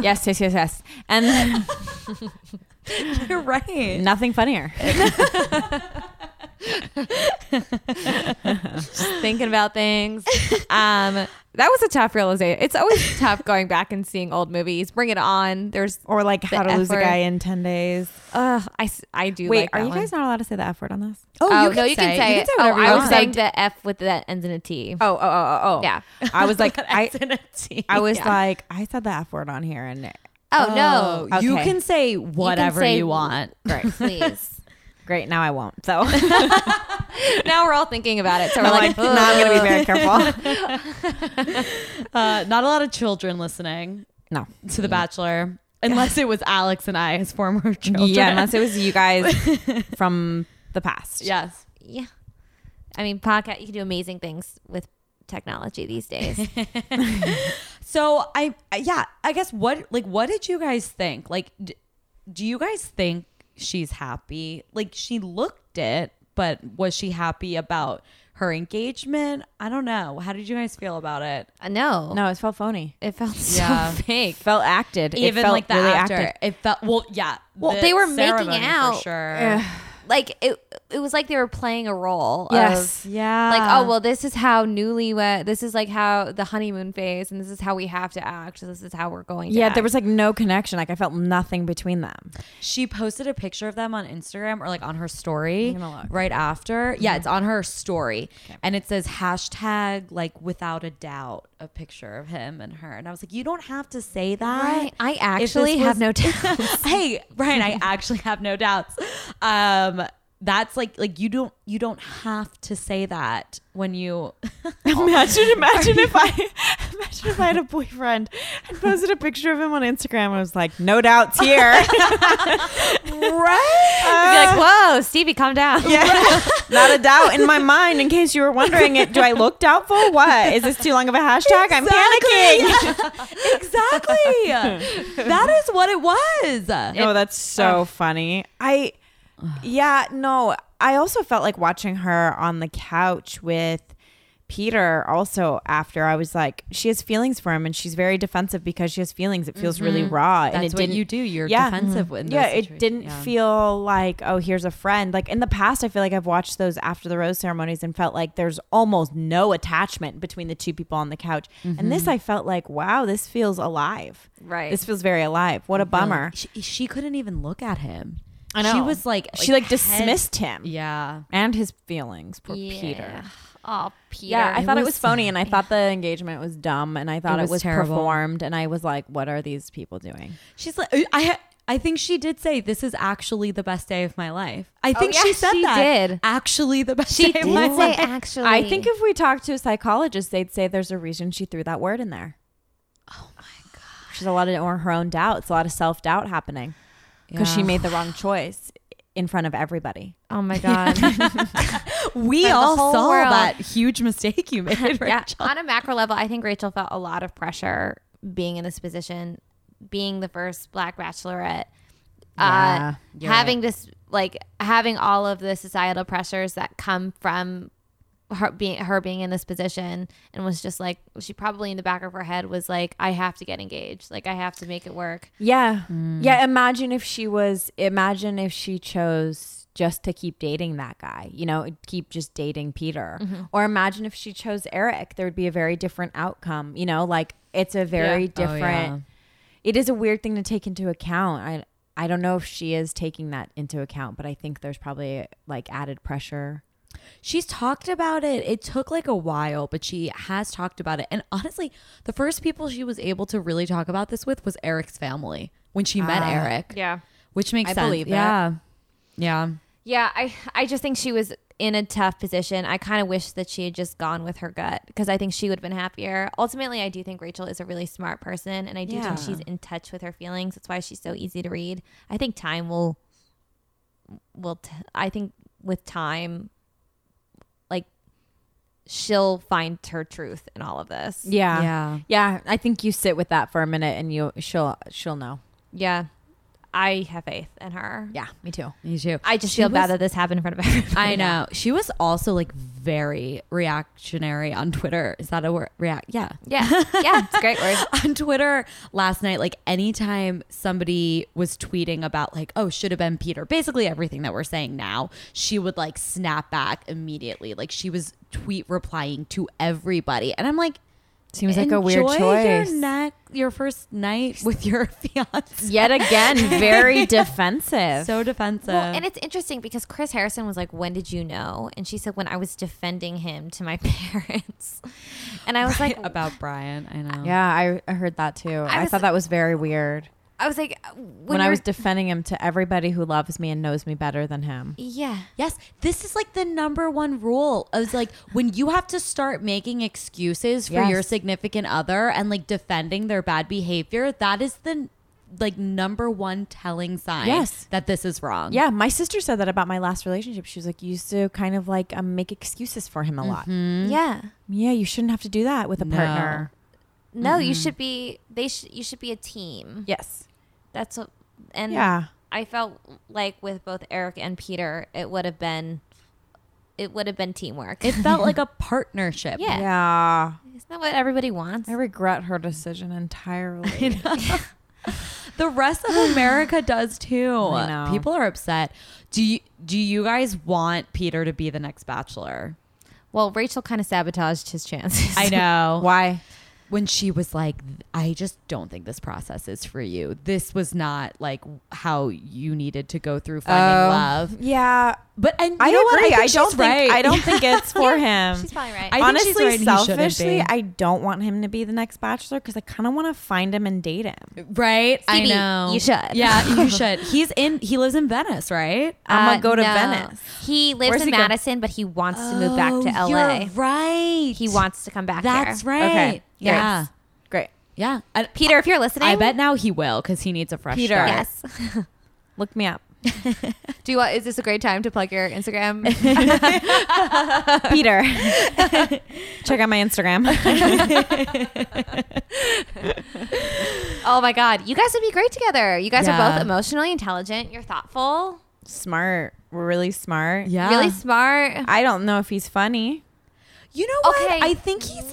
Speaker 3: yes, yes, yes, yes. And
Speaker 1: you're right.
Speaker 3: nothing funnier.
Speaker 2: thinking about things. Um, that was a tough realization. It's always tough going back and seeing old movies. Bring it on. There's,
Speaker 3: Or like how
Speaker 2: The
Speaker 3: to lose a
Speaker 2: F word.
Speaker 3: guy in ten days.
Speaker 2: uh, I, s- I do.
Speaker 3: Wait,
Speaker 2: like
Speaker 3: are
Speaker 2: that
Speaker 3: you
Speaker 2: one.
Speaker 3: guys not allowed to say the F word on this?
Speaker 1: Oh,
Speaker 2: Oh,
Speaker 1: you can
Speaker 2: no, you
Speaker 1: say-
Speaker 2: can say.
Speaker 1: you can
Speaker 2: it.
Speaker 1: say whatever
Speaker 2: oh,
Speaker 1: you
Speaker 2: I was
Speaker 1: want.
Speaker 2: saying the F with that ends in a T.
Speaker 3: Oh, oh, oh, oh, oh.
Speaker 2: Yeah.
Speaker 3: I was like, I,
Speaker 1: Identity.
Speaker 3: I was like, I said the F word on here, and
Speaker 2: Oh, no.
Speaker 1: Oh, You
Speaker 3: Okay.
Speaker 1: can say whatever you,
Speaker 2: say-
Speaker 1: want.
Speaker 2: Great. Please.
Speaker 3: great, now I won't. So
Speaker 2: now we're all thinking about it. So we're like,
Speaker 3: like, now I'm gonna be very careful.
Speaker 1: Uh, not a lot of children listening
Speaker 3: No.
Speaker 1: to The Bachelor, unless it was Alex and I, his former children.
Speaker 3: Yeah, unless it was you guys from the past.
Speaker 1: yes.
Speaker 2: yeah. I mean, podcast, you can do amazing things with technology these days.
Speaker 1: So I, I- yeah, I guess what like what did you guys think? Like, d- do you guys think she's happy? Like she looked it, but was she happy about her engagement? I don't know. How did you guys feel about it?
Speaker 2: Uh, no.
Speaker 3: No, it felt phony.
Speaker 2: It felt so
Speaker 1: Yeah.
Speaker 2: fake.
Speaker 3: Felt acted.
Speaker 1: Even
Speaker 3: it felt
Speaker 1: like the
Speaker 3: really
Speaker 1: after,
Speaker 3: acted.
Speaker 1: it felt well, yeah.
Speaker 2: Well,
Speaker 1: the
Speaker 2: they were making
Speaker 1: ceremony
Speaker 2: out.
Speaker 1: for sure.
Speaker 2: Like it, it was like they were playing a role. Of,
Speaker 3: Yes.
Speaker 1: Yeah.
Speaker 2: like oh well this is how newlywed this is like how the honeymoon phase and this is how we have to act this is how we're going to
Speaker 3: Yeah,
Speaker 2: act.
Speaker 3: there was like no connection. Like I felt nothing between them.
Speaker 1: She posted a picture of them on Instagram or like on her story
Speaker 3: gonna look. Mm-hmm.
Speaker 1: right after. Yeah, it's on her story. And it says hashtag like without a doubt a picture of him and her. And I was like, you don't have to say that.
Speaker 2: Right. I
Speaker 1: If this
Speaker 2: actually have
Speaker 1: was-
Speaker 2: no doubts.
Speaker 1: hey, Brian, I actually have no doubts. Um, that's like like you don't you don't have to say that when you
Speaker 3: Imagine, imagine if I, imagine if I had a boyfriend and posted a picture of him on Instagram. I was like, no doubts here.
Speaker 1: right
Speaker 2: I'd be like, whoa, Stevie, calm down.
Speaker 3: yeah, not a doubt in my mind. In case you were wondering, it do I look doubtful? What is this too long of a hashtag? I'm panicking.
Speaker 1: exactly that is what it was
Speaker 3: Oh, that's so funny. I, yeah, no. I also felt like watching her on the couch with Peter. Also, after I was like, she has feelings for him, and she's very defensive because she has feelings. It feels really raw, and it
Speaker 1: Mm-hmm. that's what
Speaker 3: didn't.
Speaker 1: you do you're
Speaker 3: Yeah. Mm-hmm.
Speaker 1: defensive with
Speaker 3: yeah, it didn't feel like oh, here's a friend. Like in the past, I feel like I've watched those after the rose ceremonies and felt like there's almost no attachment between the two people on the couch. And
Speaker 1: Mm-hmm.
Speaker 3: this, I felt like wow, this feels alive.
Speaker 2: Right.
Speaker 3: This feels very alive. What
Speaker 1: Mm-hmm.
Speaker 3: a bummer.
Speaker 1: she, she couldn't even look at him
Speaker 3: I know.
Speaker 1: she was like
Speaker 3: she like
Speaker 1: head-
Speaker 3: dismissed him
Speaker 1: yeah
Speaker 3: and his feelings poor peter
Speaker 2: Oh, Peter.
Speaker 3: yeah i thought it was
Speaker 1: was-
Speaker 3: phony and i thought the engagement was dumb and i
Speaker 1: It
Speaker 3: thought it was,
Speaker 1: was terrible.
Speaker 3: performed and i was like what are these people doing
Speaker 1: She's like, uh, I, I think she did say this is actually the best day of my life. I think
Speaker 2: Oh, yeah,
Speaker 1: Oh, she said
Speaker 2: she
Speaker 1: that.
Speaker 2: did.
Speaker 1: Actually, the best day
Speaker 2: she did
Speaker 1: of my
Speaker 2: say
Speaker 1: life.
Speaker 2: actually.
Speaker 3: i think if we talked to a psychologist they'd say there's a reason she threw that word in there oh my god she's a lot of or her own doubts a lot of self-doubt happening because she
Speaker 1: Yeah.
Speaker 3: made the wrong choice in front of everybody
Speaker 2: Oh my god.
Speaker 1: We
Speaker 2: the
Speaker 1: all
Speaker 2: whole
Speaker 1: saw
Speaker 2: world.
Speaker 1: that huge mistake you made, Rachel.
Speaker 2: yeah. On a macro level, I think Rachel felt a lot of pressure being in this position, being the first black bachelorette.
Speaker 3: Yeah,
Speaker 2: uh, having this like having all of the societal pressures that come from her being her being in this position and was just like she probably in the back of her head was like I have to get engaged like I have to make it work
Speaker 3: Yeah. Yeah. Imagine if she was, imagine if she chose just to keep dating that guy, you know, keep just dating Peter. Or imagine if she chose Eric, there would be a very different outcome, you know, like it's a very
Speaker 1: Oh,
Speaker 3: different,
Speaker 1: yeah.
Speaker 3: it is a weird thing to take into account. I, I don't know if she is taking that into account, but I think there's probably like added pressure.
Speaker 1: She's talked about it. It took like a while, but she has talked about it. And honestly, the first people she was able to really talk about this with was Eric's family when she met Eric.
Speaker 2: yeah
Speaker 1: Which makes
Speaker 3: I
Speaker 1: sense.
Speaker 3: believe it.
Speaker 1: yeah. Yeah.
Speaker 2: Yeah, I I just think she was in a tough position. I kind of wish that she had just gone with her gut because I think she would have been happier. Ultimately, I do think Rachel is a really smart person and I do
Speaker 3: Yeah.
Speaker 2: think she's in touch with her feelings. That's why she's so easy to read. I think time will will t- I think with time like she'll find her truth in all of this.
Speaker 3: Yeah.
Speaker 1: Yeah.
Speaker 3: Yeah. I think you sit with that for a minute and you, she'll, she'll know.
Speaker 2: Yeah. I have faith in her.
Speaker 3: Yeah. Me too.
Speaker 1: Me too.
Speaker 2: I just
Speaker 1: She
Speaker 2: feel
Speaker 1: was-
Speaker 2: bad that this happened in front of everybody.
Speaker 1: I know. She was also like very reactionary on Twitter. Is that a word? React. Yeah.
Speaker 2: Yeah. Yeah, it's a great word.
Speaker 1: On Twitter last night, like anytime somebody was tweeting about, like, oh, should have been Peter, basically everything that we're saying now, she would like snap back immediately. Like she was tweet replying to everybody. And I'm like,
Speaker 3: Seems like a weird
Speaker 1: enjoy
Speaker 3: choice.
Speaker 1: Your, ne- your first night with your fiance.
Speaker 3: yet again very defensive.
Speaker 1: So defensive.
Speaker 2: Well, and it's interesting because Chris Harrison was like, "When did you know?" And she said, "When I was defending him to my parents." And I was like,
Speaker 1: about Brian. I know.
Speaker 3: yeah, I, I heard that too. Oh. I,
Speaker 2: was-
Speaker 3: thought that was very weird
Speaker 2: I was like, uh,
Speaker 3: when, I was defending him to everybody who loves me and knows me better than him.
Speaker 2: yeah,
Speaker 1: Yes, this is like the number one rule. Is like when you have to start making excuses for
Speaker 3: Yes.
Speaker 1: your significant other and like defending their bad behavior. That is the like number one telling sign.
Speaker 3: Yes.
Speaker 1: that this is wrong.
Speaker 3: Yeah, my sister said that about my last relationship. She was like, you used to kind of like um, make excuses for him a lot.
Speaker 2: yeah.
Speaker 3: Yeah, you shouldn't have to do that with a
Speaker 1: No.
Speaker 3: partner.
Speaker 2: No,
Speaker 3: Mm-hmm.
Speaker 2: you should be. They should. You should be a team.
Speaker 3: Yes.
Speaker 2: That's what. And
Speaker 3: Yeah.
Speaker 2: I felt like with both Eric and Peter, it would have been, it would have been teamwork.
Speaker 1: it felt like a partnership.
Speaker 2: Yeah.
Speaker 3: Yeah.
Speaker 2: Isn't that what everybody wants?
Speaker 3: I regret her decision entirely.
Speaker 1: the rest of America does too.
Speaker 3: I know.
Speaker 1: People are upset. Do you do you guys want Peter to be the next Bachelor?
Speaker 2: Well, Rachel kind of sabotaged his chances.
Speaker 1: I know.
Speaker 3: Why?
Speaker 1: when she was like, I just don't think this process is for you. This was not like how you needed to go through finding
Speaker 2: Oh.
Speaker 1: love.
Speaker 3: Yeah,
Speaker 1: But and you
Speaker 3: I
Speaker 1: know what?
Speaker 3: agree. I,
Speaker 1: think she's
Speaker 3: don't think
Speaker 1: right.
Speaker 3: I don't think it's for him.
Speaker 2: She's probably right.
Speaker 1: I think she's
Speaker 3: Honestly,
Speaker 1: right and he shouldn't
Speaker 3: selfishly,
Speaker 1: be.
Speaker 3: I don't want him to be the next bachelor because I kind of want to find him and date him.
Speaker 1: Right?
Speaker 2: Phoebe,
Speaker 1: I know.
Speaker 2: you should.
Speaker 1: Yeah, you should. He's in he lives in Venice, right?
Speaker 3: I'm gonna
Speaker 2: Uh,
Speaker 3: go to
Speaker 2: no.
Speaker 3: Venice.
Speaker 2: He lives
Speaker 3: Where's
Speaker 2: in
Speaker 3: he go-
Speaker 2: Madison, but he wants to move back to
Speaker 1: Oh,
Speaker 2: LA.
Speaker 1: You're right.
Speaker 2: He wants to come back
Speaker 1: That's
Speaker 2: there.
Speaker 1: right.
Speaker 3: Okay.
Speaker 1: Yeah.
Speaker 3: Yes. Great.
Speaker 1: Yeah. And
Speaker 2: Peter, if you're listening,
Speaker 1: I bet now he will because he needs a fresh
Speaker 3: Peter.
Speaker 1: start.
Speaker 2: Yes.
Speaker 3: Look me up.
Speaker 2: Do you want, is this a great time to plug your Instagram?
Speaker 3: Peter. Check out my Instagram.
Speaker 2: oh my God. You guys would be great together. You guys are
Speaker 1: Yeah.
Speaker 2: both emotionally intelligent. You're thoughtful,
Speaker 3: smart. We're really smart.
Speaker 1: Yeah.
Speaker 2: really smart.
Speaker 3: I don't know if he's funny.
Speaker 1: You know what?
Speaker 2: Okay,
Speaker 1: I think he's
Speaker 2: we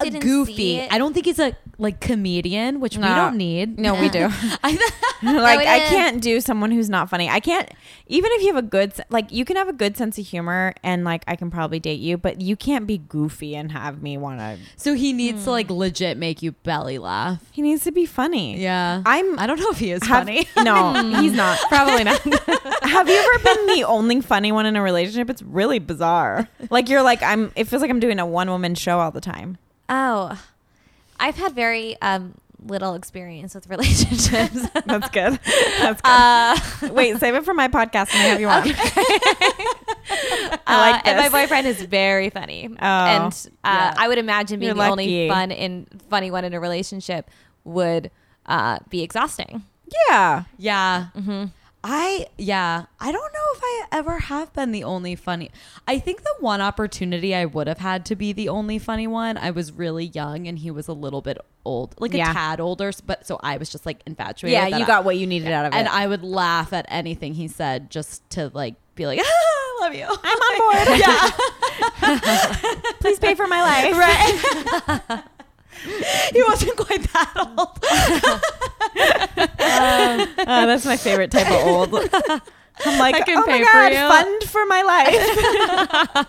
Speaker 1: like a
Speaker 2: didn't see
Speaker 1: goofy.
Speaker 2: it.
Speaker 1: I don't think he's a like comedian, which we
Speaker 3: No.
Speaker 1: don't need.
Speaker 3: No, we do.
Speaker 1: I
Speaker 3: like
Speaker 2: we
Speaker 3: I
Speaker 2: didn't.
Speaker 3: can't do someone who's not funny. I can't even if you have a good se- like you can have a good sense of humor and like I can probably date you, but you can't be goofy and have me want to.
Speaker 1: so he needs
Speaker 3: Hmm.
Speaker 1: to like legit make you belly laugh.
Speaker 3: He needs to be funny.
Speaker 1: Yeah.
Speaker 3: I'm
Speaker 1: I don't know if he is
Speaker 3: have-
Speaker 1: funny.
Speaker 3: No, he's not.
Speaker 1: Probably not.
Speaker 3: Have you ever been the only funny one in a relationship? It's really bizarre. Like you're like I'm. It feels like I'm doing a one woman show all the time.
Speaker 2: Oh, I've had very um, little experience with relationships.
Speaker 3: That's good. That's good.
Speaker 2: uh,
Speaker 3: Wait, save it for my podcast and I have you on. I like
Speaker 2: Uh, and my
Speaker 3: this.
Speaker 2: boyfriend is very funny.
Speaker 3: Oh,
Speaker 2: and uh,
Speaker 3: yeah.
Speaker 2: I would imagine being
Speaker 3: You're
Speaker 2: the only
Speaker 3: lucky.
Speaker 2: fun in funny one in a relationship would uh, be exhausting. Mm-hmm.
Speaker 3: yeah.
Speaker 1: yeah.
Speaker 3: Mm-hmm.
Speaker 1: I yeah, I don't know if I ever have been the only funny. I think the one opportunity I would have had to be the only funny one, I was really young and he was a little bit old, like
Speaker 3: Yeah.
Speaker 1: a tad older, but so I was just like infatuated.
Speaker 3: Yeah,
Speaker 1: that
Speaker 3: you
Speaker 1: I-
Speaker 3: got what you needed out of it.
Speaker 1: and I would laugh at anything he said just to like be like, ah, I love you.
Speaker 3: I'm on board. yeah. Please pay for my life. Right.
Speaker 1: he wasn't quite that old.
Speaker 3: Oh, that's my favorite type of old. I'm like,
Speaker 1: I can
Speaker 3: oh
Speaker 1: pay
Speaker 3: my
Speaker 1: for
Speaker 3: god,
Speaker 1: you."
Speaker 3: fund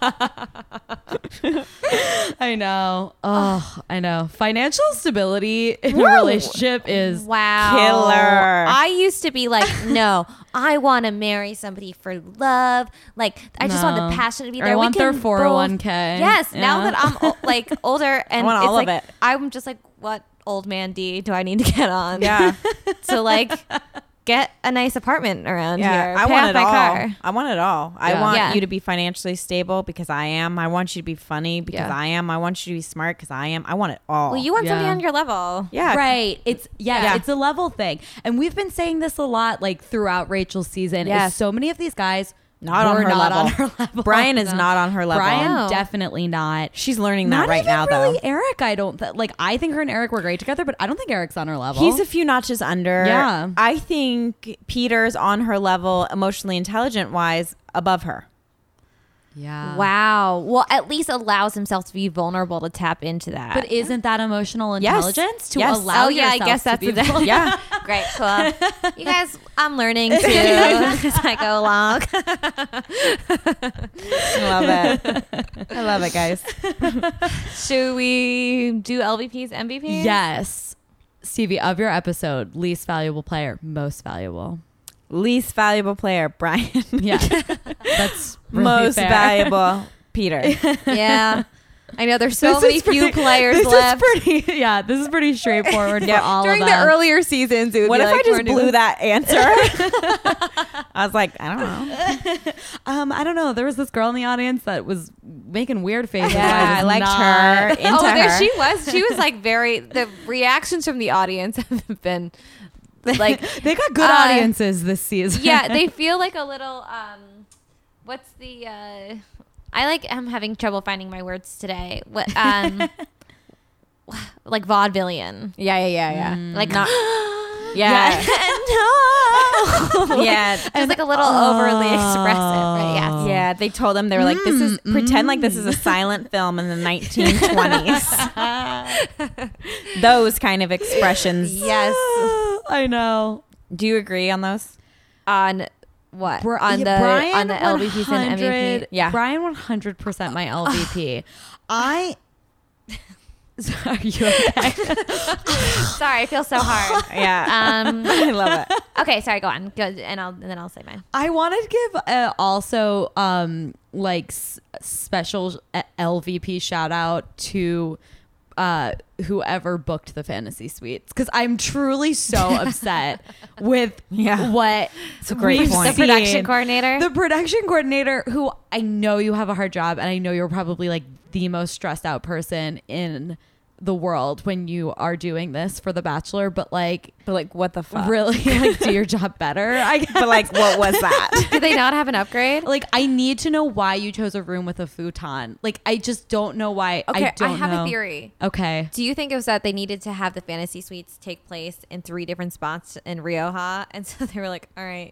Speaker 3: for my life.
Speaker 1: I know. Oh, I know. Financial stability in
Speaker 3: Woo.
Speaker 1: a relationship is
Speaker 2: Wow.
Speaker 3: Killer.
Speaker 2: I used to be like, no, I want to marry somebody for love. Like, I just want
Speaker 1: No.
Speaker 2: the passion to be
Speaker 1: Or I
Speaker 2: there. We
Speaker 1: want their
Speaker 2: can both-
Speaker 1: 401k.
Speaker 2: Yes. Now
Speaker 1: Yeah.
Speaker 2: that I'm o- like older and
Speaker 3: want
Speaker 2: it's
Speaker 3: all of
Speaker 2: like-
Speaker 3: it.
Speaker 2: I'm just like, what old man D do I need to get on?
Speaker 3: Yeah.
Speaker 2: to like get a nice apartment around
Speaker 3: Yeah.
Speaker 2: here.
Speaker 3: I
Speaker 2: Pay
Speaker 3: want
Speaker 2: off
Speaker 3: it
Speaker 2: my
Speaker 3: all.
Speaker 2: car.
Speaker 3: I want it all. I
Speaker 1: Yeah.
Speaker 3: want
Speaker 2: Yeah.
Speaker 3: you to be financially stable because I am. I want you to be funny because
Speaker 1: Yeah.
Speaker 3: I am. I want you to be smart because I am. I want it all.
Speaker 2: Well, you want somebody
Speaker 1: Yeah.
Speaker 2: on your level.
Speaker 3: yeah.
Speaker 1: Right. It's yeah,
Speaker 3: Yeah.
Speaker 1: it's a level thing. And we've been saying this a lot like throughout Rachel's season. Is
Speaker 3: Yes.
Speaker 1: so many of these guys
Speaker 3: Not on
Speaker 1: were
Speaker 3: her
Speaker 1: not
Speaker 3: level.
Speaker 1: on her level.
Speaker 3: Brian is not on her level.
Speaker 1: Brian
Speaker 2: No.
Speaker 1: definitely not.
Speaker 3: She's learning that
Speaker 1: Not
Speaker 3: right
Speaker 1: even
Speaker 3: now
Speaker 1: really
Speaker 3: though.
Speaker 1: Eric, I don't th- like I think her and Eric were great together, but I don't think Eric's on her level.
Speaker 3: He's a few notches under.
Speaker 1: Yeah.
Speaker 3: I think Peter's on her level, emotionally intelligent wise, above her.
Speaker 1: yeah.
Speaker 2: Wow. Well, at least allows himself to be vulnerable to tap into that.
Speaker 1: But isn't that emotional
Speaker 3: Yes.
Speaker 1: intelligence to
Speaker 3: Yes.
Speaker 1: allow
Speaker 2: Oh, yeah, I
Speaker 1: yourself
Speaker 2: guess
Speaker 1: to
Speaker 2: that's
Speaker 1: be
Speaker 2: the-
Speaker 1: vulnerable?
Speaker 3: Yeah.
Speaker 2: Great, cool. you guys, I'm learning too as I go along.
Speaker 3: I love it. I love it, guys.
Speaker 2: Should we do LVPs, MVPs?
Speaker 1: Yes. Stevie, of your episode, least valuable player, most valuable.
Speaker 3: Least valuable player, Brian.
Speaker 1: Yeah. That's really
Speaker 3: Most
Speaker 1: fair.
Speaker 3: valuable, Peter.
Speaker 2: Yeah. I know there's so
Speaker 1: This
Speaker 2: many
Speaker 1: is
Speaker 2: few
Speaker 1: pretty-
Speaker 2: players
Speaker 1: this
Speaker 2: left.
Speaker 1: Is pretty, yeah, this is pretty straightforward for all
Speaker 2: During
Speaker 1: of
Speaker 2: the
Speaker 1: us.
Speaker 2: earlier seasons, it would
Speaker 3: What
Speaker 2: be
Speaker 3: if
Speaker 2: like,
Speaker 3: I
Speaker 2: we're
Speaker 3: just
Speaker 2: doing-
Speaker 3: blew that answer? I was like, I don't know.
Speaker 1: um, I don't know. There was this girl in the audience that was making weird faces.
Speaker 3: Yeah, I
Speaker 1: was
Speaker 3: liked
Speaker 1: not-
Speaker 3: her. Into
Speaker 2: Oh, there
Speaker 3: her.
Speaker 2: she was. She was like very. The reactions from the audience have been like,
Speaker 1: They got good
Speaker 2: Uh,
Speaker 1: audiences this season.
Speaker 2: yeah, they feel like a little. Um, what's the? Uh, I like. I'm having trouble finding my words today. What? Um, like vaudevillian.
Speaker 3: Yeah, yeah, yeah, yeah.
Speaker 2: Like
Speaker 3: Not-
Speaker 2: Yeah.
Speaker 3: Mm. yeah.
Speaker 2: no.
Speaker 3: Yeah. Oh.
Speaker 2: Just like a little overly expressive, right? Yes.
Speaker 3: Yeah, they told them they were like, "This is pretend like this is a silent film in the 1920s." those kind of expressions.
Speaker 2: Yes.
Speaker 1: I know.
Speaker 3: Do you agree on those?
Speaker 2: On what?
Speaker 1: Bri-
Speaker 2: on the
Speaker 1: yeah, Brian
Speaker 2: on the LVPs and
Speaker 1: 100
Speaker 2: MVP.
Speaker 3: Yeah.
Speaker 1: Brian 100% my LVP. I Are you okay?
Speaker 2: Sorry, I feel so hard.
Speaker 3: Yeah.
Speaker 2: Um,
Speaker 3: I love it.
Speaker 2: okay, sorry. Go on. Go, and I'll and then I'll say mine.
Speaker 1: I want to give uh, also um like s- special uh, LVP shout out to uh whoever booked the fantasy suites because I'm truly so upset with
Speaker 3: Yeah.
Speaker 1: what
Speaker 3: a great
Speaker 1: we've
Speaker 3: point.
Speaker 2: The production
Speaker 1: seen.
Speaker 2: coordinator.
Speaker 1: The production coordinator, who I know you have a hard job, and I know you're probably like the most stressed out person in the world when you are doing this for The Bachelor, but like
Speaker 3: But like, what the fuck?
Speaker 1: really like do your job better. I guess.
Speaker 3: But like, what was that?
Speaker 2: Did they not have an upgrade?
Speaker 1: Like I need to know why you chose a room with a futon. Like I just don't know why.
Speaker 2: Okay, I,
Speaker 1: I, don't
Speaker 2: have
Speaker 1: know.
Speaker 2: a theory.
Speaker 1: Okay.
Speaker 2: Do you think it was that they needed to have the fantasy suites take place in three different spots in Rioja, and so they were like, "All right,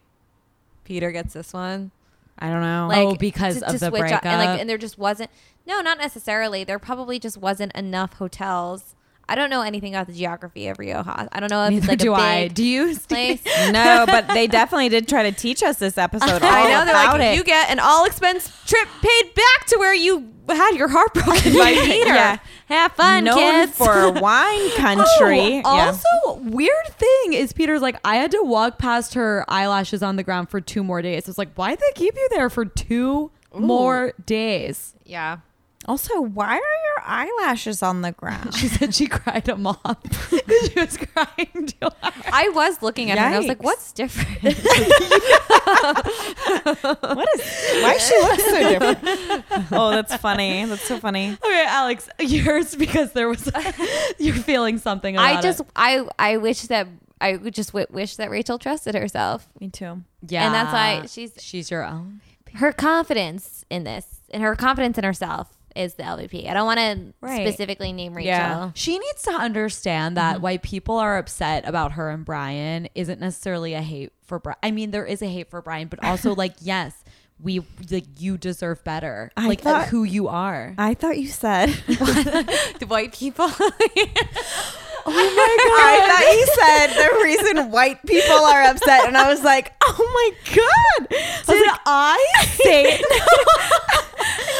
Speaker 2: Peter gets this one."
Speaker 3: I don't know.
Speaker 1: Like- Oh, because of the
Speaker 2: switch up- and,
Speaker 1: breakup.
Speaker 2: like, and there just wasn't. No, not necessarily. There probably just wasn't enough hotels. I don't know anything about the geography of Rioja. I don't know if
Speaker 1: Neither
Speaker 2: it's like
Speaker 1: do
Speaker 2: a big
Speaker 1: I. Do you?
Speaker 2: place.
Speaker 3: no, but they definitely did try to teach us this episode. All
Speaker 2: I know they're
Speaker 3: about
Speaker 2: like
Speaker 3: it.
Speaker 2: you get an all expense trip paid back to where you had your heart broken by Peter.
Speaker 3: Yeah.
Speaker 2: Have fun,
Speaker 3: known
Speaker 2: kids.
Speaker 3: for wine country.
Speaker 1: Oh, also, weird thing is Peter's like, I had to walk past her eyelashes on the ground for two more days. It's like, why did they keep you there for two more days?
Speaker 2: yeah.
Speaker 3: Also, why are your eyelashes on the ground?
Speaker 1: She said she cried a mop because she was crying too hard.
Speaker 2: I was looking at her and I was like,
Speaker 3: Yikes.
Speaker 2: what's different?
Speaker 3: what is? Why she looks so different? oh, that's funny. That's so funny.
Speaker 1: Okay, Alex, yours because there was you're feeling something. About
Speaker 2: I just
Speaker 1: it.
Speaker 2: I I wish that I would just w- wish that Rachel trusted herself.
Speaker 3: Me too.
Speaker 1: yeah,
Speaker 2: and that's why she's-
Speaker 1: she's your own.
Speaker 2: Her confidence in this and her confidence in herself is the LVP. I don't want to
Speaker 1: Right.
Speaker 2: specifically name Rachel.
Speaker 3: Yeah.
Speaker 1: She needs to understand that why people are upset about her and Brian isn't necessarily a hate for Brian. I mean, there is a hate for Brian, but also like, yes, we like you deserve better,
Speaker 3: I
Speaker 1: like
Speaker 3: thought-
Speaker 1: at who you are.
Speaker 3: I thought you said.
Speaker 2: The white people.
Speaker 3: I thought you said the reason white people are upset, and I was like, oh my god.
Speaker 1: Did I say it?
Speaker 3: no.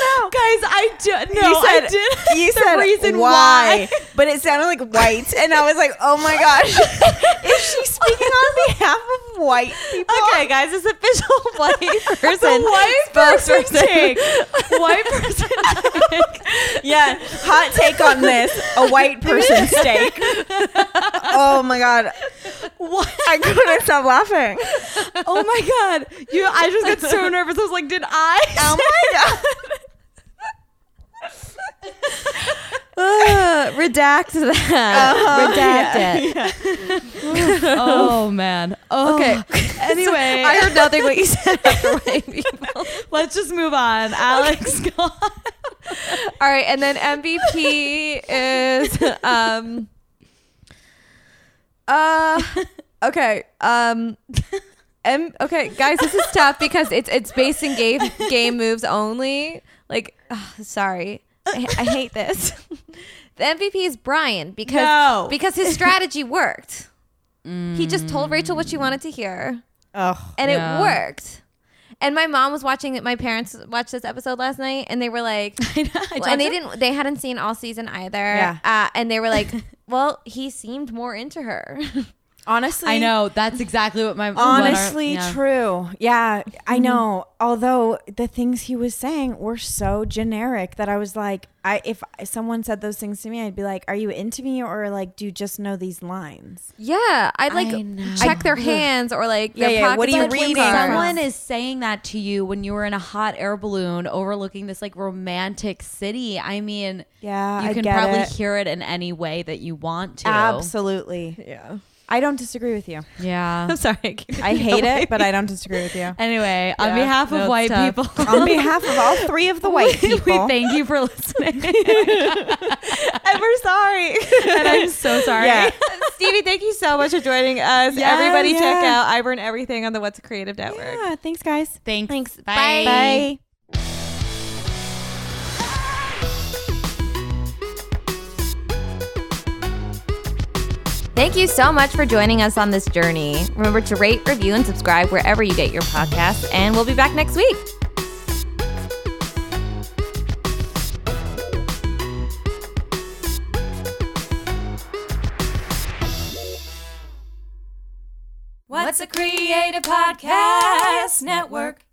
Speaker 1: Oh, Guys, I do, no,
Speaker 3: you said,
Speaker 1: I did.
Speaker 3: You
Speaker 1: the
Speaker 3: said
Speaker 1: reason why.
Speaker 3: why, but it sounded like white, and I was like, "Oh my gosh, is she speaking on behalf of white people?"
Speaker 2: okay, guys, this official white
Speaker 1: The
Speaker 2: person.
Speaker 1: white person
Speaker 3: spokesperson.
Speaker 1: take. White person
Speaker 3: Yeah, hot take on this: a white person steak. oh my god,
Speaker 1: What?
Speaker 3: I couldn't stop laughing.
Speaker 1: Oh my god. You I just got so nervous. I was like, did I?
Speaker 3: Oh my
Speaker 2: Ugh, redact that.
Speaker 3: Uh-huh.
Speaker 2: redact it.
Speaker 1: oh man. Oh.
Speaker 2: Okay.
Speaker 1: Anyway,
Speaker 2: I heard nothing what you said after white people.
Speaker 1: let's just move on. Alex, go on.
Speaker 2: All right, and then MVP is um uh okay, um M- okay, guys, this is tough because it's it's based in game game moves only. Like ugh, sorry. I, I hate this. the MVP is Brian because
Speaker 3: No.
Speaker 2: because his strategy worked. He just told Rachel what she wanted to hear
Speaker 3: god.
Speaker 2: and
Speaker 1: Yeah.
Speaker 2: it worked. And my mom was watching it. My parents watched this episode last night, and they were like, well, and they didn't. They hadn't seen all season either.
Speaker 3: Yeah.
Speaker 2: Uh, and they were like, "Well, he seemed more into her."
Speaker 3: honestly,
Speaker 1: I know that's exactly what my what our-
Speaker 3: Honestly,
Speaker 1: yeah.
Speaker 3: true. Yeah, I know. Although the things he was saying were so generic that I was like, I if someone said those things to me, I'd be like, "Are you into me?" or like, "Do you just know these lines?"
Speaker 2: yeah, I'd like
Speaker 1: I know.
Speaker 2: check their hands or like
Speaker 3: Yeah,
Speaker 2: their
Speaker 3: yeah, what
Speaker 2: pockets
Speaker 3: are you
Speaker 2: on their
Speaker 3: reading?
Speaker 2: cards.
Speaker 1: Someone is saying that to you when you were in a hot air balloon overlooking this like romantic city. I mean,
Speaker 3: Yeah,
Speaker 1: you
Speaker 3: Uh, I
Speaker 1: can
Speaker 3: get
Speaker 1: probably
Speaker 3: it.
Speaker 1: hear it in any way that you want to.
Speaker 3: Absolutely.
Speaker 2: Yeah.
Speaker 3: I don't disagree with you.
Speaker 1: Yeah.
Speaker 2: I'm sorry. I keep-
Speaker 3: I hate it, but I don't disagree with you.
Speaker 1: Anyway, on
Speaker 2: Yeah.
Speaker 1: behalf of
Speaker 2: No, it's
Speaker 1: white
Speaker 2: tough.
Speaker 1: people,
Speaker 3: On behalf of all three of the white
Speaker 1: we-
Speaker 3: people,
Speaker 1: we thank you for listening.
Speaker 3: and we're sorry.
Speaker 1: and I'm so sorry.
Speaker 3: Yeah.
Speaker 2: Stevie, thank you so much for joining us.
Speaker 3: Yeah,
Speaker 2: Everybody, check
Speaker 3: yeah.
Speaker 2: out I Burn Everything on the What's Creative Network.
Speaker 3: yeah. Ah, Thanks, guys.
Speaker 1: Thanks.
Speaker 2: Thanks.
Speaker 1: Bye.
Speaker 3: Bye.
Speaker 2: Thank you so much for joining us on this journey. Remember to rate, review, and subscribe wherever you get your podcasts, and we'll be back next week.
Speaker 1: What's a Creative Podcast Network?